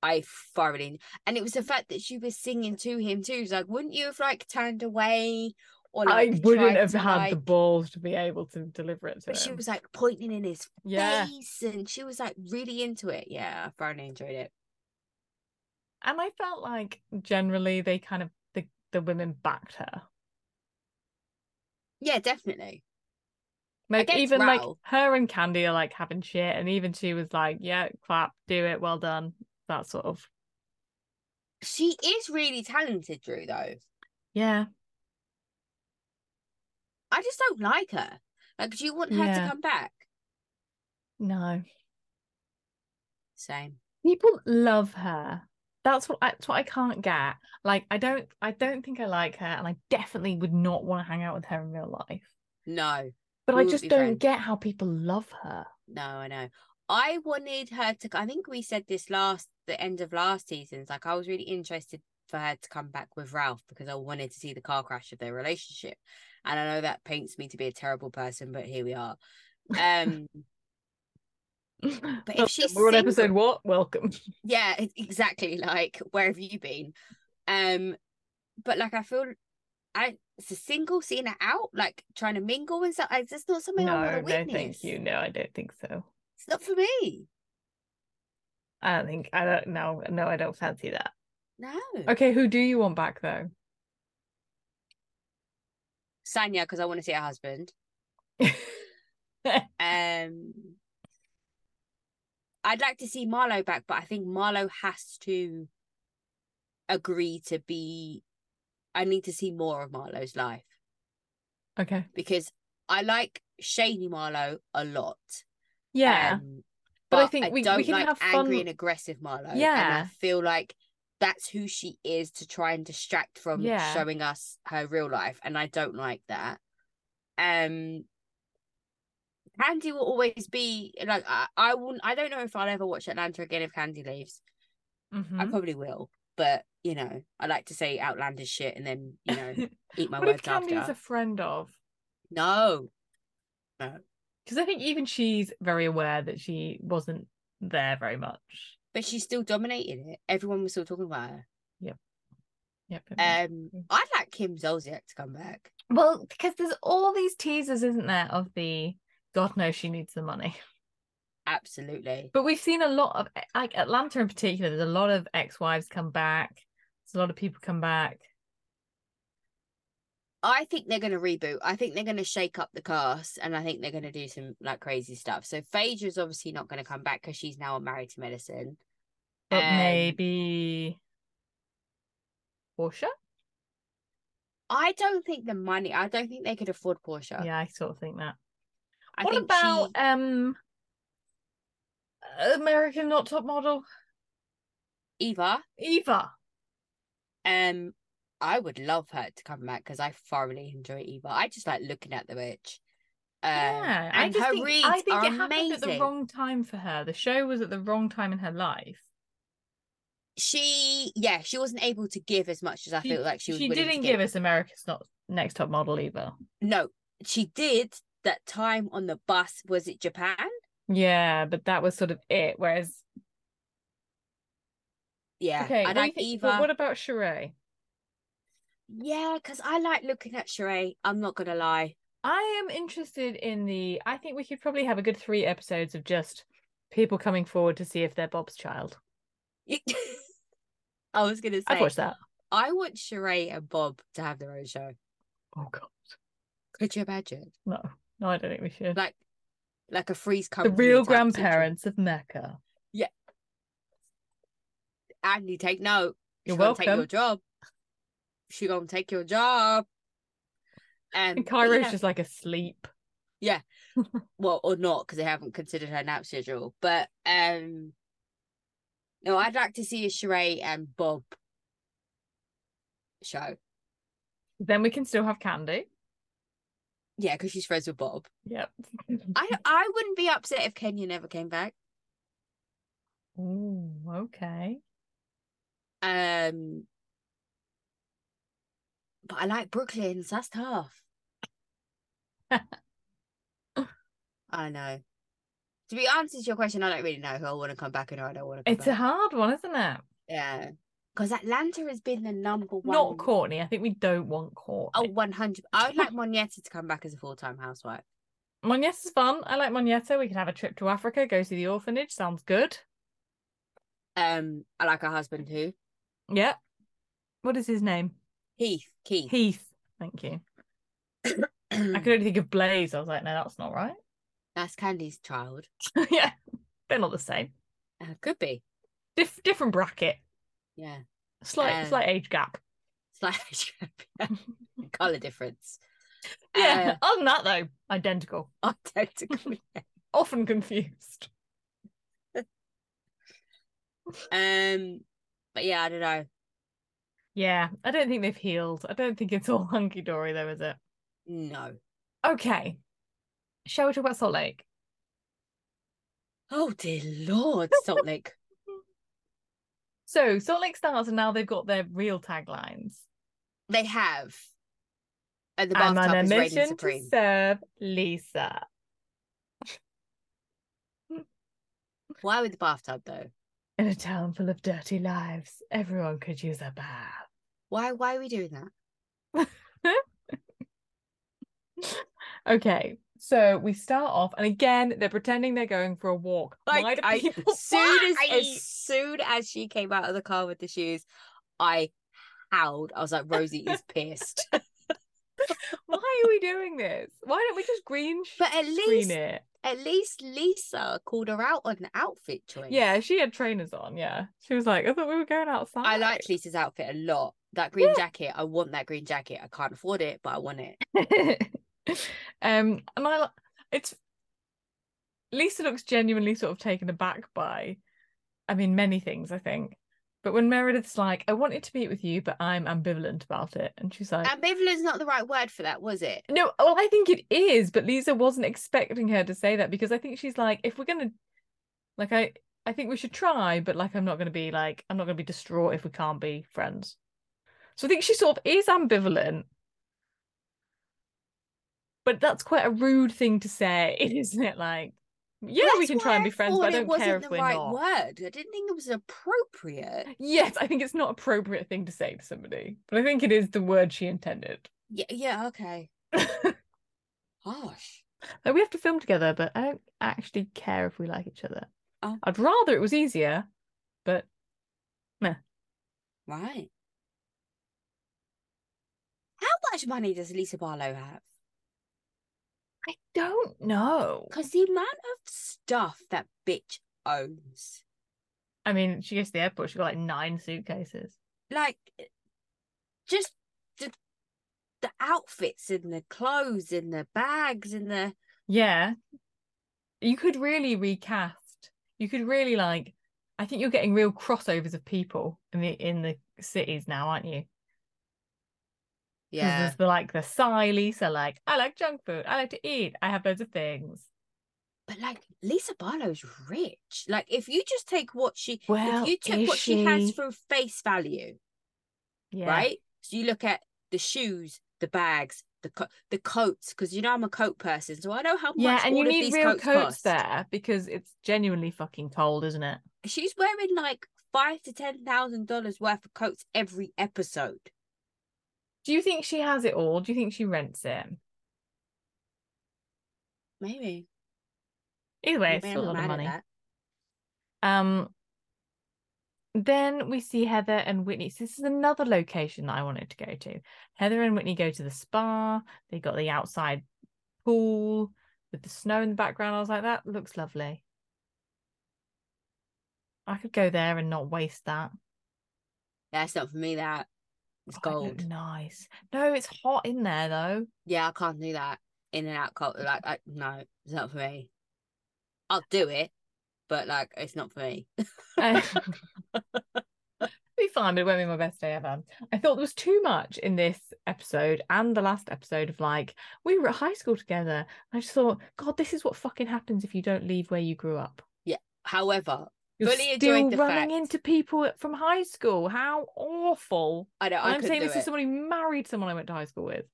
A: I thoroughly and it was the fact that she was singing to him too. It's like, wouldn't you have like turned away or like
B: I
A: tried
B: wouldn't have
A: to,
B: had the
A: like-
B: balls to be able to deliver it to
A: But she
B: him.
A: was like pointing in his
B: yeah.
A: face and she was like really into it. Yeah, I thoroughly enjoyed it.
B: and I felt like generally they kind of the the women backed her.
A: Yeah, definitely.
B: Like
A: Against
B: even like
A: Raoul.
B: her and Candy are like having shit, and even she was like, "Yeah, clap, do it, well done." That sort of
A: She is really talented, Drew, though.
B: yeah,
A: I just don't like her. Like, do you want her
B: Yeah.
A: to come back?
B: no,
A: Same.
B: people love her. That's what I, that's what I can't get. Like I don't I don't think I like her, and I definitely would not want to hang out with her in real life.
A: No,
B: But
A: We
B: I
A: wouldn't
B: just
A: be
B: don't
A: friends.
B: get how people love her.
A: no, I know. I wanted her to. I think we said this last, the end of last season's. Like, I was really interested for her to come back with Ralph because I wanted to see the car crash of their relationship. And I know that paints me to be a terrible person, but here we are. Um,
B: But
A: if she's
B: we're on
A: single-
B: episode what? Welcome.
A: yeah, e- exactly. Like, where have you been? Um, but like, I feel I it's a single seeing it out, like trying to mingle and stuff. It's just not something I want
B: No,
A: to
B: no,
A: witness.
B: thank you. No, I don't think so.
A: It's not for me.
B: I don't think I don't no no I don't fancy that.
A: No.
B: Okay, who do you want back though?
A: Sanya, because I want to see her husband. Um, I'd like to see Marlo back, but I think Marlo has to agree to be. I need to see more of Marlo's life
B: okay.
A: because I like Shady Marlo a lot.
B: Yeah.
A: Um,
B: but I think we,
A: don't
B: we can
A: like
B: have fun.
A: angry and aggressive Marlo. And I
B: Yeah.
A: feel like that's who she is to try and distract from
B: Yeah.
A: showing us her real life. And I don't like that. Um Candy will always be like I, I won't I don't know if I'll ever watch Atlanta again if Candy leaves. I
B: Mhm.
A: probably will, but you know, I like to say outlandish shit and then, you know, eat my
B: what if
A: words
B: Candy is
A: after.
B: a friend of?
A: No.
B: Because I think even she's very aware that she wasn't there very much.
A: But she still dominated it. Everyone was still talking about her.
B: Yep. yep, yep.
A: Um I'd like Kim Zolciak to come back.
B: well, because there's all these teasers, isn't there, of the God knows she needs the money.
A: Absolutely.
B: But we've seen a lot of like Atlanta in particular. There's a lot of ex-wives come back. There's a lot of people come back.
A: I think they're gonna reboot. I think they're gonna shake up the cast and I think they're gonna do some like crazy stuff. So Phaedra's obviously not gonna come back because she's now on married to medicine.
B: But
A: Um,
B: maybe Portia.
A: I don't think the money I don't think they could afford Portia.
B: Yeah, I sort of think that.
A: I
B: what
A: think
B: about
A: she
B: um American not top model
A: Eva
B: Eva?
A: Um, I would love her to come back because I thoroughly enjoy Eva. I just like looking at the witch. Um,
B: yeah, I
A: and
B: just
A: her
B: think,
A: reads
B: I think
A: are
B: it happened at the
A: amazing.
B: wrong time for her. The show was at the wrong time in her life.
A: She, yeah, she wasn't able to give as much as I feel like she was.
B: she
A: willing to
B: didn't give us America's not next top model either.
A: No, she did that time on the bus. Was it Japan?
B: Yeah, but that was sort of it. Whereas
A: Yeah,
B: okay,
A: I
B: what, do you
A: like
B: think-
A: Eva.
B: what about Sheree?
A: Yeah, because I like looking at Sheree. I'm not gonna lie.
B: I am interested in the. I think we could probably have a good three episodes of just people coming forward to see if they're Bob's child.
A: I was gonna say
B: I'd watch that.
A: I want Sheree and Bob to have their own show.
B: Oh god,
A: Could you imagine?
B: no, no, I don't think we should.
A: Like, like a freeze
B: the
A: company.
B: real
A: type situation.
B: grandparents of Mecca.
A: Andy, take note.
B: You're
A: she gonna Take your
B: welcome.
A: job. She gonna take your job. Um,
B: And
A: but
B: Cairo's
A: yeah,
B: just like asleep.
A: well, or not because they haven't considered her nap schedule. But um, no, I'd like to see a Sheree and Bob show.
B: Then we can still have Candy.
A: Yeah, because she's friends with Bob.
B: Yep.
A: I I wouldn't be upset if Kenya never came back.
B: Ooh, okay.
A: Um, but I like Brooklyn. So that's tough. I know. To be answered to your question, I don't really know who I want to come back and who I don't want to. Come
B: It's
A: back.
B: a hard one, isn't it?
A: Yeah. Because Atlanta has been the number one.
B: Not Courtney. I think we don't want Courtney.
A: Oh, 100. I would like Monietta to come back as a full time housewife. Oh.
B: Monietta's fun. I like Monietta. We could have a trip to Africa, go see the orphanage. Sounds good.
A: Um, I like her husband too.
B: Yep. What is his name?
A: Heath, Keith.
B: Heath. Thank you. I
A: Mm.
B: could only think of Blaze. I was like, no, that's not right.
A: That's Candy's child.
B: yeah. They're not the same.
A: Uh, could be.
B: Dif- different bracket.
A: Yeah.
B: Slight,
A: Um,
B: slight age gap.
A: Slight color difference.
B: Yeah. Other than that, though, identical.
A: Uh, identical.
B: Often confused.
A: um, but yeah, I don't know.
B: Yeah. I don't think they've healed. I don't think it's all hunky dory, though, is it?
A: No.
B: Okay. Shall we talk about Salt Lake?
A: Oh, dear Lord. Salt Lake.
B: So, Salt Lake Stars, and now they've got their real taglines.
A: They have. And the
B: I'm
A: bathtub
B: on a
A: is reigning
B: mission to
A: supreme.
B: serve Lisa.
A: Why with the bathtub, though?
B: In a town full of dirty lives, everyone could use a bath.
A: Why, why are we doing that?
B: Okay, so we start off, and again, they're pretending they're going for a walk. Why
A: Like
B: do
A: I,
B: people?
A: soon as,
B: Why?
A: as soon as she came out of the car with the shoes, I howled. I was like, Rosie is pissed.
B: Why are we doing this? Why don't we just green sh-
A: But at least-
B: screen it?
A: At least Lisa called her out on the outfit choice.
B: Yeah, she had trainers on. Yeah, she was like, I thought we were going outside.
A: I like Lisa's outfit a lot. That green
B: Yeah.
A: jacket, I want that green jacket. I can't afford it, but I want it.
B: um, and I li- it's Lisa looks genuinely sort of taken aback by, I mean, many things. I think But when Meredith's like, I wanted to meet with you, but I'm ambivalent about it. And she's like,
A: Ambivalent's not the right word for that, was it?
B: No, well, I think it is, but Lisa wasn't expecting her to say that because I think she's like, if we're gonna, like, I, I think we should try, but like, I'm not gonna be like, I'm not gonna be distraught if we can't be friends. So I think she sort of is ambivalent, but that's quite a rude thing to say, isn't it? Like, yeah, we
A: That's
B: can
A: why
B: try and be friends,
A: thought
B: but I
A: it
B: don't
A: wasn't
B: care if
A: the
B: we're
A: right
B: not.
A: word. I didn't think it was appropriate.
B: Yes, I think it's not appropriate thing to say to somebody, but I think it is the word she intended.
A: Yeah, yeah, okay. Gosh.
B: Like, we have to film together, but I don't actually care if we like each other.
A: Oh.
B: I'd rather it was easier, but
A: Right. How much money does Lisa Barlow have?
B: I don't know.
A: Because the amount of stuff that bitch owns.
B: I mean, she gets to the airport, she got like nine suitcases.
A: Like, just the, the outfits and the clothes and the bags and the.
B: Yeah. You could really recast. You could really like I think you're getting real crossovers of people in the in the cities now, aren't you? 'Cause There's the like the Psy Lisa, like, I like junk food, I like to eat, I have loads of things.
A: But like Lisa Barlow's rich. Like if you just take what she
B: Well,
A: if you took
B: is
A: what she has
B: she?
A: from face value,
B: Yeah.
A: right? So you look at the shoes, the bags, the co- the coats, because you know I'm a coat person, so I know how
B: Yeah,
A: much
B: and
A: all
B: you
A: of
B: need
A: these
B: real
A: coats
B: coats
A: cost.
B: there because it's genuinely fucking cold, isn't it?
A: She's wearing like five to ten thousand dollars worth of coats every episode.
B: Do you think she has it all? Do you think she rents it?
A: Maybe.
B: Either
A: I
B: way, it's
A: mean,
B: still a
A: I'm
B: lot
A: not
B: of
A: mad at
B: money.
A: that.
B: Um, then we see Heather and Whitney. So this is another location that I wanted to go to. Heather and Whitney go to the spa. They got the outside pool with the snow in the background. I was like, that looks lovely. I could go there and not waste that.
A: That's not for me that. It's
B: Oh, it looked
A: gold.
B: nice. No, it's hot in there though.
A: Yeah, I can't do that. In and out coat. Like I, no, it's not for me. I'll do it, but like it's not for me.
B: Uh, be fine, but it won't be my best day ever. I thought there was too much in this episode and the last episode of like, we were at high school together. I just thought, God, this is what fucking happens if you don't leave where you grew up.
A: However,
B: You're
A: Fully enjoyed
B: still
A: the
B: running
A: fact-
B: into people from high school. How awful.
A: I don't.
B: And
A: I
B: I'm
A: could
B: saying
A: do
B: this
A: it.
B: is someone who married someone I went to high school with.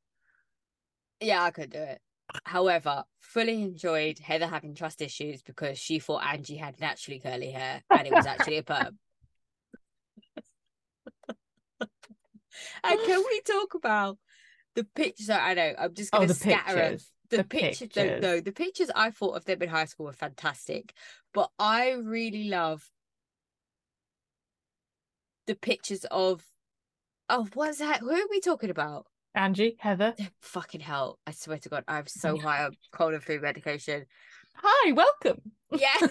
A: Yeah, I could do it. However, fully enjoyed Heather having trust issues because she thought Angie had naturally curly hair and it was actually a perm. and can we talk about the pictures? that- I know I'm just
B: Oh,
A: going to
B: the
A: scatter 'em.
B: pictures.
A: The,
B: The
A: pictures, though,
B: pictures.
A: though, the pictures I thought of them in high school were fantastic, but I really love the pictures of. Oh, what's that? Who are we talking about?
B: Angie, Heather.
A: Fucking hell! I swear to God, I'm so high on cold and flu medication.
B: Hi, welcome.
A: Yes.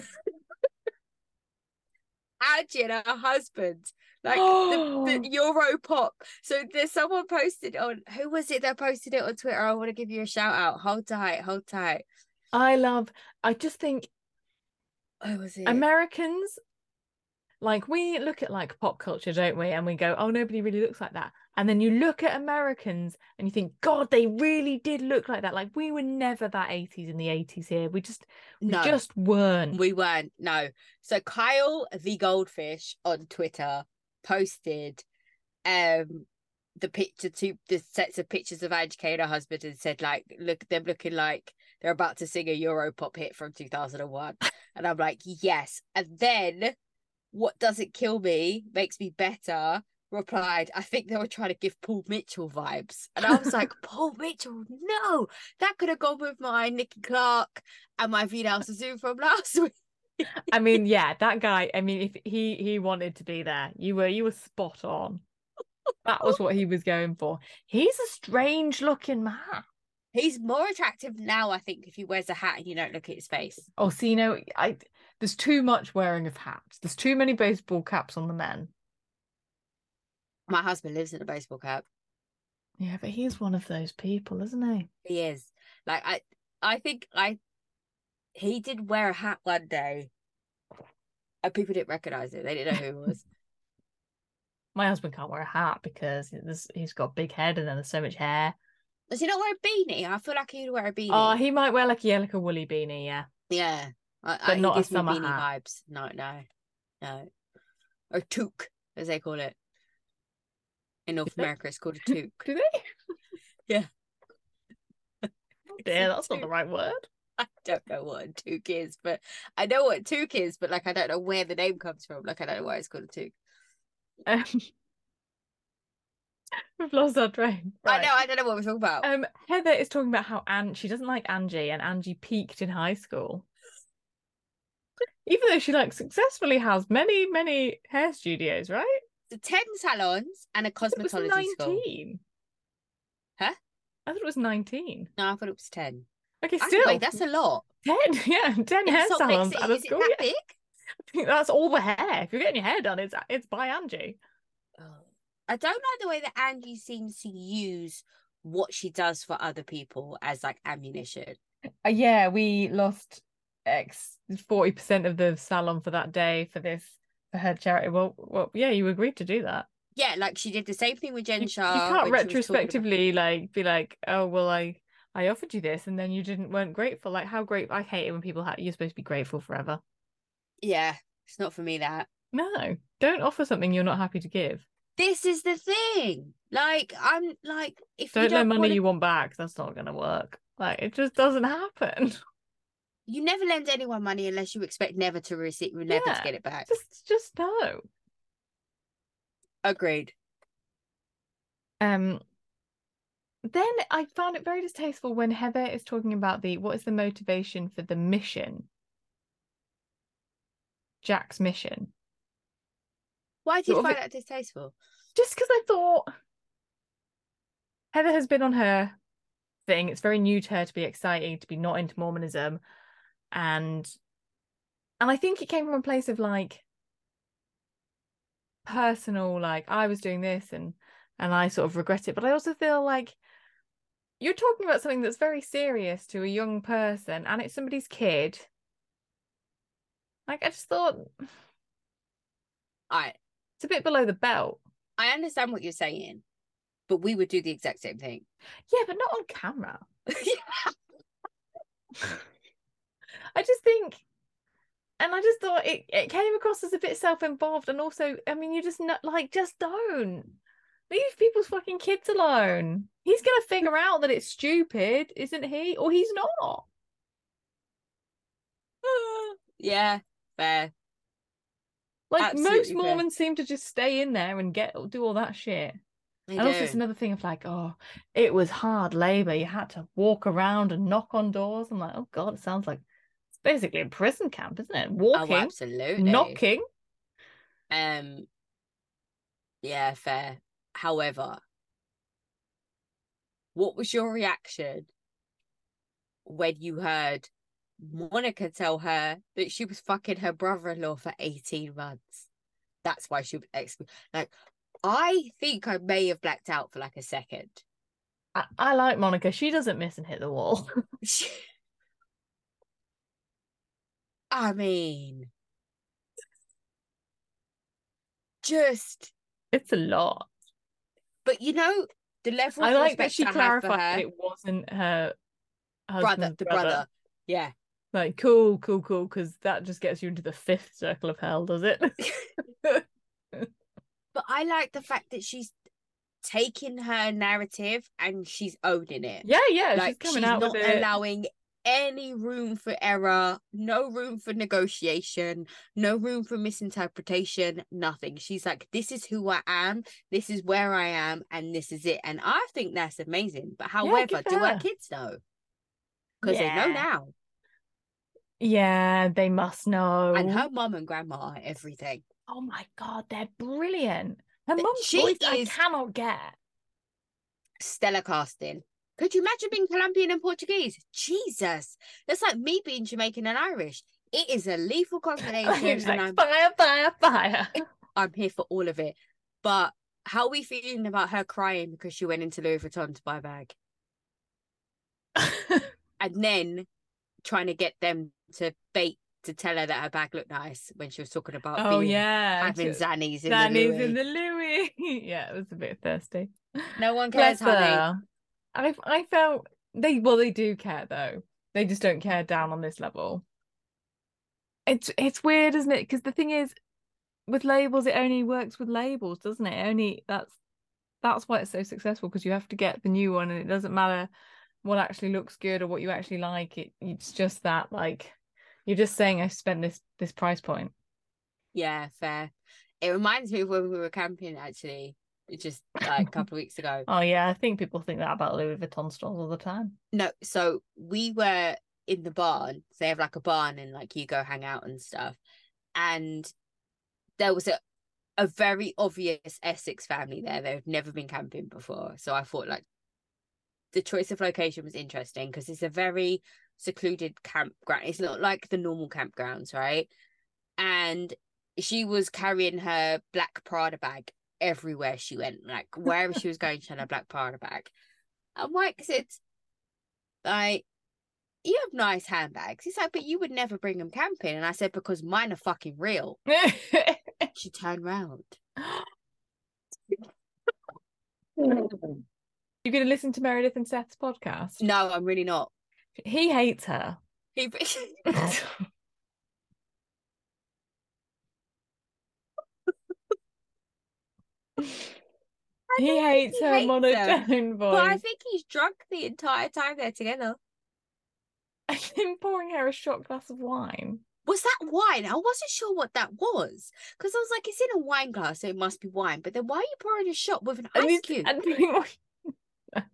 A: Angie and her husband, like the, the Euro pop. So there's someone posted on who was it that posted it on Twitter? I want to give you a shout out. Hold tight, hold tight.
B: I love, I just think
A: Who was it?
B: Americans, like we look at like pop culture, don't we? And we go, oh, nobody really looks like that. And then you look at Americans and you think, God, they really did look like that. Like we were never that 80s in the 80s here. We just, we
A: no,
B: just weren't.
A: we weren't. No. So Kyle the goldfish on Twitter posted um the picture two the sets of pictures of Angie Kay and her husband and said like look them looking like they're about to sing a Europop hit from 2001 and I'm like yes and then what doesn't kill me makes me better replied I think they were trying to give Paul Mitchell vibes and I was like Paul Mitchell no that could have gone with my Nikki Clark and my Vidal Sassoon from last week
B: I mean, yeah, that guy. I mean, if he he wanted to be there, you were you were spot on. That was what he was going for. He's a strange looking man.
A: he's more attractive now I think if he wears a hat and you don't look at his face
B: Oh, see, you know, I there's too much wearing of hats. There's too many baseball caps on the men.
A: my husband lives in a baseball cap
B: Yeah, but he's one of those people, isn't he?
A: He is. Like I I think I he did wear a hat one day and people didn't recognise it. They didn't know who it was.
B: My husband can't wear a hat because there's- he's got a big head and then there's so much hair.
A: Does he not wear a beanie? I feel like he'd wear a beanie.
B: Oh, he might wear like a yeah, like a woolly beanie, yeah.
A: yeah. I,
B: But
A: I,
B: not a
A: he gives me
B: summer
A: beanie
B: hat.
A: vibes. No, no, no. Or toque, as they call it. In North
B: it?
A: America, it's called a toque.
B: Do they?
A: Yeah.
B: Oh dear, that's not the
A: Toque.
B: right word.
A: I don't know what a toque is, but I know what toque is, but like I don't know where the name comes from. Like I don't know why it's called a toque.
B: Um, we've lost our train.
A: I know, I don't know what we're talking about.
B: Um, Heather is talking about how Anne she doesn't like Angie, and Angie peaked in high school. Even though she like successfully has many, many hair studios, right?
A: the ten salons and a
B: It was
A: cosmetology school.
B: nineteen.
A: Huh?
B: I thought it was nineteen.
A: No, I thought it was ten.
B: Okay,
A: Either
B: still
A: way, that's a lot.
B: ten. Yeah, ten
A: In
B: hair
A: Salt Lake
B: salons
A: City,
B: at a
A: is it
B: school.
A: that
B: yeah.
A: big?
B: that's all the hair. If you're getting your hair done, it's it's by Angie.
A: Oh. I don't like the way that Angie seems to use what she does for other people as like ammunition.
B: Uh, yeah, we lost X forty percent of the salon for that day for this for her charity. Well, well, yeah, you agreed to do that.
A: Yeah, like she did the same thing with Jen
B: You, you
A: Shah
B: can't
A: when she was talking about-
B: retrospectively like be like, oh well, I I offered you this and then you didn't weren't grateful. Like how great I hate it when people ha- you're supposed to be grateful forever.
A: Yeah, it's not for me that.
B: No, don't offer something you're not happy to give.
A: This is the thing. Like I'm like if
B: Don't
A: you don't
B: loan money
A: wanna-
B: you want back. That's not gonna work. Like it just doesn't happen.
A: you never lend anyone money unless you expect never to receive never to
B: Yeah,
A: get it back.
B: just just no.
A: Agreed.
B: Um, then I found it very distasteful when Heather is talking about the what is the motivation for the mission, Jack's mission.
A: Why do you
B: Sort of
A: find that distasteful?
B: Just because I thought Heather has been on her thing, it's very new to her to be exciting, to be not into Mormonism, and and I think it came from a place of like personal, like I was doing this and and I sort of regret it, but I also feel like you're talking about something that's very serious to a young person and it's somebody's kid like i just thought
A: I
B: it's a bit below the belt
A: I understand what you're saying, but we would do the exact same thing.
B: yeah but not on camera i just think and i just thought it, it came across as a bit self-involved and also i mean you just not like just don't leave people's fucking kids alone he's gonna figure out that it's stupid isn't he or he's not
A: yeah, fair.
B: like most
A: Absolutely fair.
B: mormons seem to just stay in there and get do all that shit
A: They
B: and also it's
A: do.
B: another thing of like, oh, it was hard labor. You had to walk around and knock on doors. I'm like, oh god, it sounds like it's basically a prison camp, isn't it?
A: Oh,
B: Walking,
A: absolutely.
B: knocking.
A: Um, yeah, fair. However, what was your reaction when you heard Monica tell her that she was fucking her brother-in-law for 18 months? That's why she was ex- like I think I may have blacked out for like a second.
B: I, I like Monica. She doesn't miss and hit the wall.
A: I mean, just,
B: it's a lot.
A: but you know, the level of
B: I like that
A: respect
B: she
A: I have for
B: clarified
A: her
B: it wasn't her
A: brother,
B: husband's
A: the brother. Yeah.
B: Like, cool, cool, cool, because that just gets you into the fifth circle of hell, does it?
A: But I like the fact that she's taking her narrative and she's owning it.
B: yeah, yeah. she's
A: like she's,
B: coming out
A: not
B: with it.
A: allowing any room for error, no room for negotiation, no room for misinterpretation, nothing. She's like, this is who I am, this is where I am, and this is it. And I think that's amazing. But however,
B: good for
A: do our
B: her.
A: kids know? Because they know
B: Yeah.
A: now.
B: yeah, they must know.
A: And her mum and grandma are everything.
B: Oh my god, they're brilliant. Her
A: But
B: mum's
A: she
B: voice I
A: is-
B: cannot get.
A: Stellar casting. Could you imagine being Colombian and Portuguese? Jesus. That's like me being Jamaican and Irish. It is a lethal
B: Like,
A: combination.
B: it's
A: and
B: like,
A: I'm
B: fire, fire, fire.
A: I'm here for all of it. But how are we feeling about her crying because she went into Louis Vuitton to buy a bag and then trying to get them to bait to tell her that her bag looked nice when she was talking about
B: Oh
A: being,
B: yeah,
A: having Zannies in
B: that
A: the
B: needs
A: Louis.
B: in the Louis. yeah, it was a bit thirsty.
A: No one cares
B: Bless
A: how they
B: her. And I, I felt they well they do care though. They just don't care down on this level. It's it's weird, isn't it? Because the thing is, with labels, it only works with labels, doesn't it? Only that's that's why it's so successful because you have to get the new one, and it doesn't matter what actually looks good or what you actually like. It it's just that like you're just saying I spent this this price point.
A: Yeah, fair. It reminds me of when we were camping actually, just like a couple of weeks ago.
B: Oh yeah, I think people think that about Louis Vuitton stores all the time.
A: No, so we were in the barn. So they have like a barn and like you go hang out and stuff. And there was a a very obvious Essex family there. They've never been camping before. So I thought like the choice of location was interesting because it's a very secluded campground. It's not like the normal campgrounds, right? And she was carrying her black Prada bag everywhere she went. Like wherever she was going, she had a black Prada bag. And Mike said, like, you have nice handbags. He's like, but you would never bring them camping. And I said, because mine are fucking real. She turned round.
B: You're going to listen to Meredith and Seth's podcast?
A: No, I'm really not.
B: He hates her.
A: He,
B: he hates
A: he
B: her
A: hates her,
B: monotone
A: but I
B: voice.
A: think he's drunk the entire time they're together.
B: And then pouring her a shot glass of wine.
A: Was that wine? I wasn't sure what that was because I was like, it's in a wine glass, so it must be wine. But then why are you pouring a shot with an
B: And
A: ice
B: he's-
A: cube?
B: and pouring wine.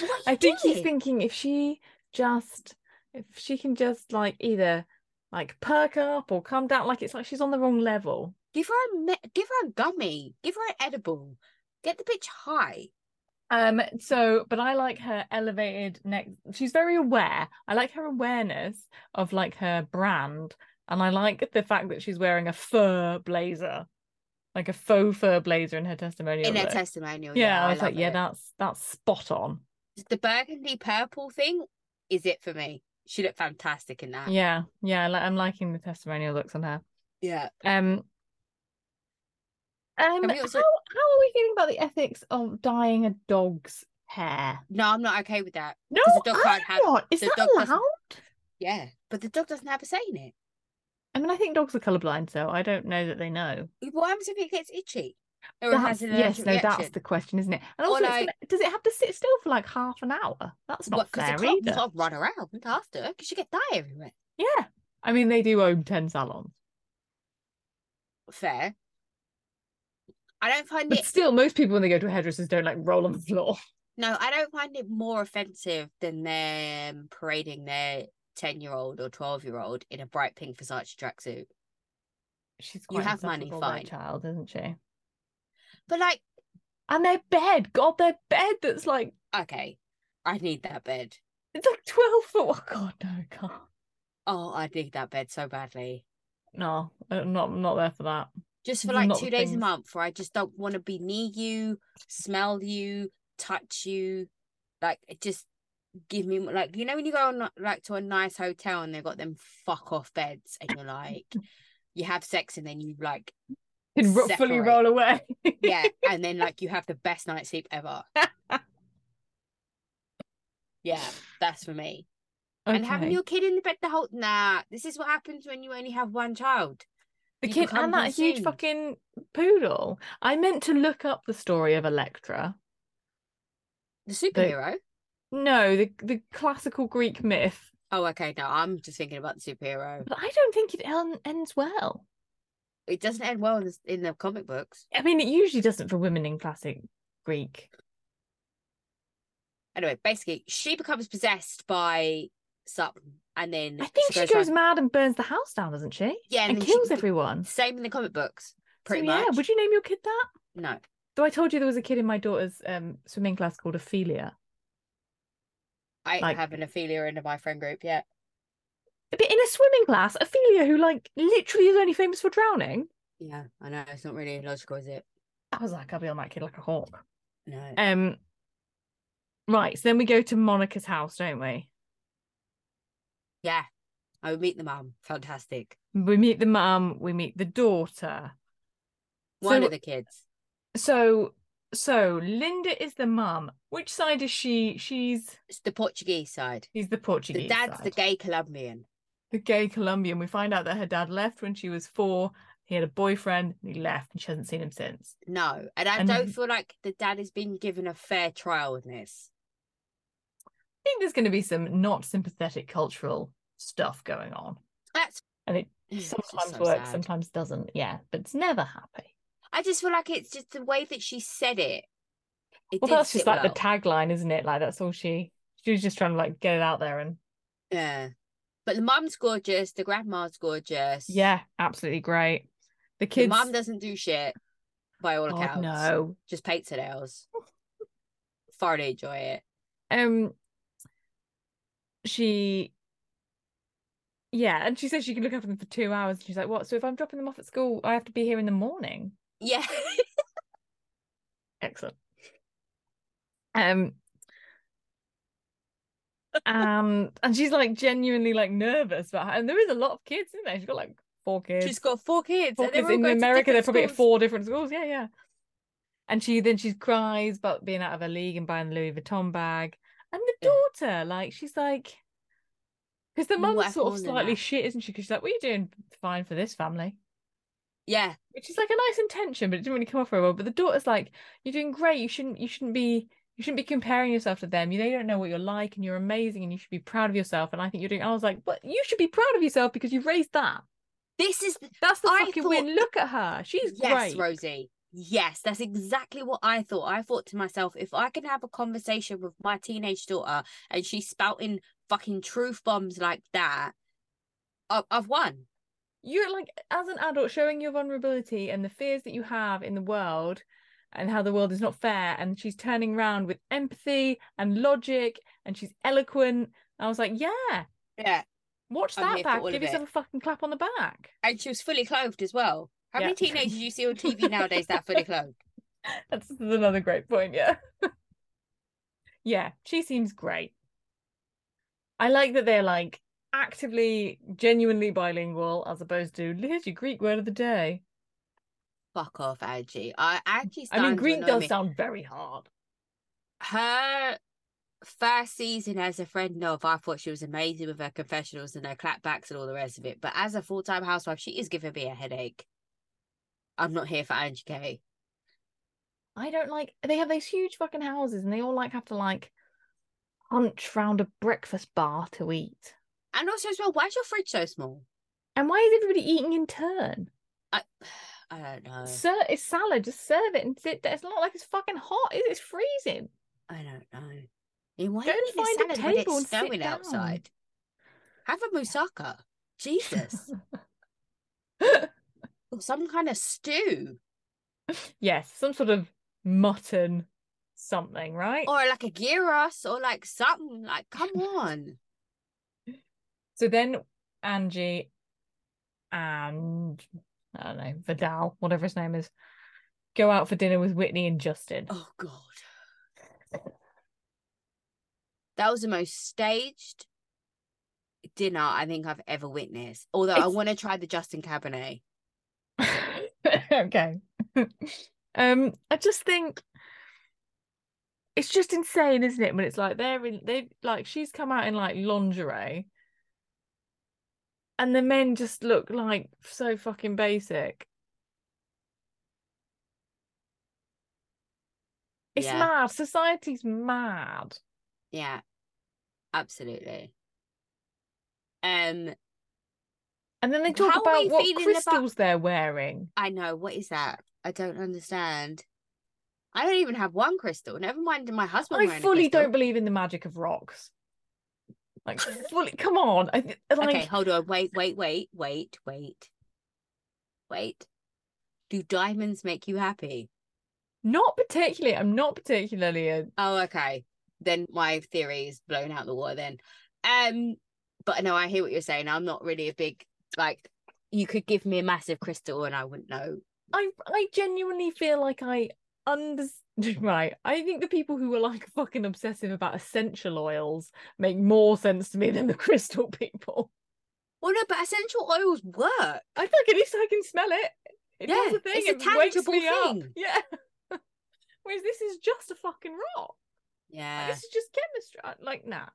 A: What are
B: I
A: you
B: think he's
A: doing?
B: thinking if she just, if she can just like either like perk up or come down, like it's like she's on the wrong level.
A: Give her a me- give her a gummy. Give her an edible. Get the bitch high.
B: Um, so but I like her elevated neck. She's very aware. I like her awareness of like her brand, and I like the fact that she's wearing a fur blazer, like a faux fur blazer in her testimonial.
A: In her
B: look.
A: testimonial,
B: yeah, I was
A: love
B: like, yeah,
A: it.
B: that's that's spot on.
A: the burgundy purple thing is it for me. She looked fantastic in that.
B: Yeah, yeah, I li- I'm liking the testimonial looks on her.
A: Yeah.
B: Um, um,
A: we also-
B: how, how are we feeling about the ethics of dyeing a dog's hair?
A: No, I'm not okay with that.
B: No,
A: 'Cause the dog
B: I'm
A: can't have-
B: not. Is
A: the
B: that
A: dog doesn't-
B: allowed?
A: Yeah. But the dog doesn't have a say in it.
B: I mean, I think dogs are colorblind, so I don't know that they know.
A: What happens if it gets itchy? Or it
B: That's-
A: has an
B: yes,
A: allergic
B: no, that's
A: reaction?
B: the question, isn't it? And
A: Or
B: also, it's
A: like-
B: gonna- does it have to sit still for like half an hour? That's not
A: What, 'cause
B: fair
A: it can't, you
B: either.
A: can't run around after because you get dye everywhere.
B: Yeah, I mean, they do own ten salons,
A: Fair. I don't find
B: but
A: it
B: still, most people when they go to hairdressers don't like roll on the floor.
A: no, I don't find it more offensive than them parading their ten year old or twelve year old in a bright pink Versace tracksuit.
B: She's
A: You
B: quite
A: have money,
B: insufferable, that
A: fine.
B: child, isn't she?
A: But like,
B: And their bed, God, their bed that's like
A: okay, I need that bed.
B: it's like twelve foot. Oh God, no, God,
A: Oh, I need that bed so badly.
B: no, I'm not I'm not there for that.
A: Just for
B: These are
A: like
B: not
A: two
B: the
A: days a
B: things.
A: month where I just don't want to be near you, smell you, touch you. Like, it just give me, like, you know, when you go on like to a nice hotel and they've got them fuck off beds and you're like, you have sex and then you like,
B: Can ro- fully
A: Separate.
B: roll away.
A: yeah, and then like you have the best night's sleep ever. Yeah, that's for me. And having
B: Okay.
A: your kid in the bed the whole nah, this is what happens when you only have one child.
B: The
A: You
B: kid
A: become
B: and that huge
A: consumed.
B: fucking poodle. I meant to look up the story of Electra.
A: The superhero.
B: No, the the classical Greek myth.
A: Oh, okay. No, I'm just thinking about the superhero.
B: But I don't think it en- ends well.
A: It doesn't end well in the, in the comic books.
B: I mean, it usually doesn't for women in classic Greek.
A: Anyway, basically, she becomes possessed by something, and then
B: I think she goes,
A: round-
B: mad and burns the house down, doesn't she?
A: Yeah, and
B: and,
A: then she-
B: kills everyone. So,
A: Same in the comic books, pretty
B: yeah,
A: much.
B: would you name your kid that?
A: No,
B: Though I told you there was a kid in my daughter's um, swimming class called Ophelia.
A: I
B: Like-
A: have an Ophelia in my friend group. Yeah,
B: But in a swimming class, Ophelia, who like literally is only famous for drowning.
A: yeah, I know it's not really logical, is it?
B: I was like, I'll be on that kid like a hawk.
A: No,
B: Um. Right, so then we go to Monica's house, don't we?
A: yeah, I would meet the mum. Fantastic.
B: We meet the mum, we meet the daughter.
A: One
B: So-
A: of the kids.
B: So so Linda is the mum. Which side is she? She's
A: It's the Portuguese side.
B: she's the Portuguese.
A: the dad's the
B: side.
A: gay Colombian.
B: the gay Colombian. We find out that her dad left when she was four. He had a boyfriend and he left and she hasn't seen him since.
A: No, and I
B: And-
A: don't feel like the dad has been given a fair trial in this.
B: I think there's going to be some not sympathetic cultural stuff going on.
A: That's
B: And it
A: it's just
B: sometimes
A: so
B: works,
A: sad.
B: sometimes doesn't. Yeah, but it's never happy.
A: I just feel like it's just the way that she said it. It
B: Well,
A: did
B: that's just
A: sit
B: like
A: well.
B: the tagline, isn't it? Like that's all she she was just trying to like get it out there and
A: Yeah. But the mum's gorgeous, the grandma's gorgeous.
B: yeah, absolutely great. The
A: The
B: kids,
A: mum doesn't do shit by all
B: God,
A: accounts.
B: no,
A: Just paints her nails. Thoroughly enjoy it.
B: um, she, yeah, and she says she can look after them for two hours. And she's like, what? So if I'm dropping them off at school, I have to be here in the morning.
A: Yeah.
B: Excellent. Um, and and she's like genuinely like nervous about, and there is a lot of kids in there. She's got like four kids.
A: She's got four kids.
B: Four
A: and they're
B: kids
A: all
B: in
A: going to
B: America, they're
A: different
B: probably at
A: schools.
B: four different schools. Yeah, yeah. And she then she cries about being out of her league and buying the Louis Vuitton bag. And the
A: Yeah.
B: daughter, like, she's like, because the
A: Mm,
B: mum's
A: what
B: sort of
A: happened in
B: slightly
A: that?
B: shit, isn't she? Because she's like, "What are you doing? Fine for this family,"
A: Yeah.
B: which is like a nice intention, but it didn't really come off very well. But the daughter's like, "You're doing great. You shouldn't. You shouldn't be. You shouldn't be comparing yourself to them. You they don't know what you're like, and you're amazing, and you should be proud of yourself." And I think you're doing. I was like, "But you should be proud of yourself because you raised that.
A: This is the-
B: That's the
A: I
B: fucking
A: thought-
B: win. Look at her. She's
A: yes,
B: great."
A: Rosie. Yes, that's exactly what I thought. I thought to myself, if I can have a conversation with my teenage daughter and she's spouting fucking truth bombs like that, I- I've won.
B: you're like as an adult showing your vulnerability and the fears that you have in the world and how the world is not fair and she's turning around with empathy and logic and she's eloquent i was like yeah
A: Yeah.
B: watch
A: I'm
B: that
A: here for
B: back
A: all
B: give
A: of it.
B: yourself a fucking clap on the back
A: And she was fully clothed as well. How
B: Yeah.
A: many teenagers you see on TV nowadays that are fully clothed?
B: that's another great point yeah yeah she seems great i like that they're like actively genuinely bilingual as opposed to here's your greek word of the day
A: Fuck off, Angie. I actually
B: i
A: starting
B: mean
A: to
B: greek
A: annoy
B: does
A: me.
B: sound very hard
A: her first season as a friend of, I thought she was amazing with her confessionals and her clapbacks and all the rest of it. But as a full time housewife, she is giving me a headache. I'm not here for Angie Kay.
B: I don't like they have these huge fucking houses and they all like have to like hunch round a breakfast bar to eat.
A: And also, as well, why is your fridge so small?
B: And why is everybody eating in turn?
A: I, I don't know.
B: Sir, it's salad. Just serve it and sit there. It's not like it's fucking hot. Is it? It's freezing.
A: I don't know. And why
B: Go
A: do you
B: and
A: need
B: find a
A: a salad when
B: table and
A: it's
B: sit
A: snowing
B: down.
A: outside? Have a moussaka. Jesus. or some kind of stew.
B: yes, some sort of mutton something, right?
A: Or like a gyros or like something. Like, come on.
B: So then Angie and I don't know, Vidal, whatever his name is, go out for dinner with Whitney and Justin.
A: Oh god. That was the most staged dinner I think I've ever witnessed. Although I
B: It's-
A: want to try the Justin Cabernet.
B: okay. um, I just think it's just insane, isn't it? When it's like they're in, they like she's come out in like lingerie, and the men just look like so fucking basic. It's
A: Yeah.
B: mad. Society's mad.
A: Yeah. Absolutely. Um
B: And then they talk
A: How are
B: about
A: we
B: what
A: feeling about-
B: crystals they're wearing.
A: I know what is that? I don't understand. I don't even have one crystal. Never mind my husband
B: I
A: wearing a
B: fully
A: crystal.
B: don't believe in the magic of rocks. Like fully, come on. I, th- like,
A: Okay, hold on. Wait, wait, wait, wait, wait. Wait. Do diamonds make you happy?
B: Not particularly. I'm not particularly a
A: Oh, okay. Then my theory is blown out the water then. Um, but no, I hear what you're saying. I'm not really a big like you could give me a massive crystal and I wouldn't know.
B: I I genuinely feel like I under right. I think the people who are like fucking obsessive about essential oils make more sense to me than the crystal people.
A: Well, no, but essential oils work.
B: I fucking at least I can smell it. It does
A: Yeah,
B: a thing.
A: it's a
B: it wakes
A: tangible
B: me up.
A: thing.
B: Yeah. Whereas this is just a fucking rot. Like,
A: Yeah.
B: this is just chemistry. I- Like nah.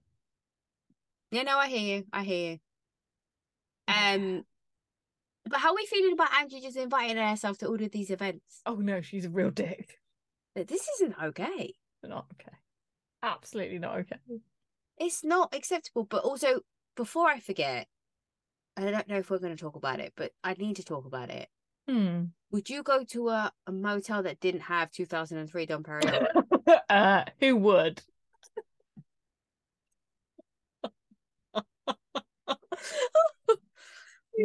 A: Yeah, no, I hear you. I hear you.
B: Yeah.
A: Um, but how are we feeling about Angie just inviting herself to all of these events?
B: Oh no, she's a real dick.
A: That This isn't okay.
B: Not okay. Absolutely not okay.
A: It's not acceptable. But also, before I forget, I don't know if we're going to talk about it, but I need to talk about it.
B: Hmm.
A: Would you go to a, a motel that didn't have 2003 Don Perignon?
B: uh, who would?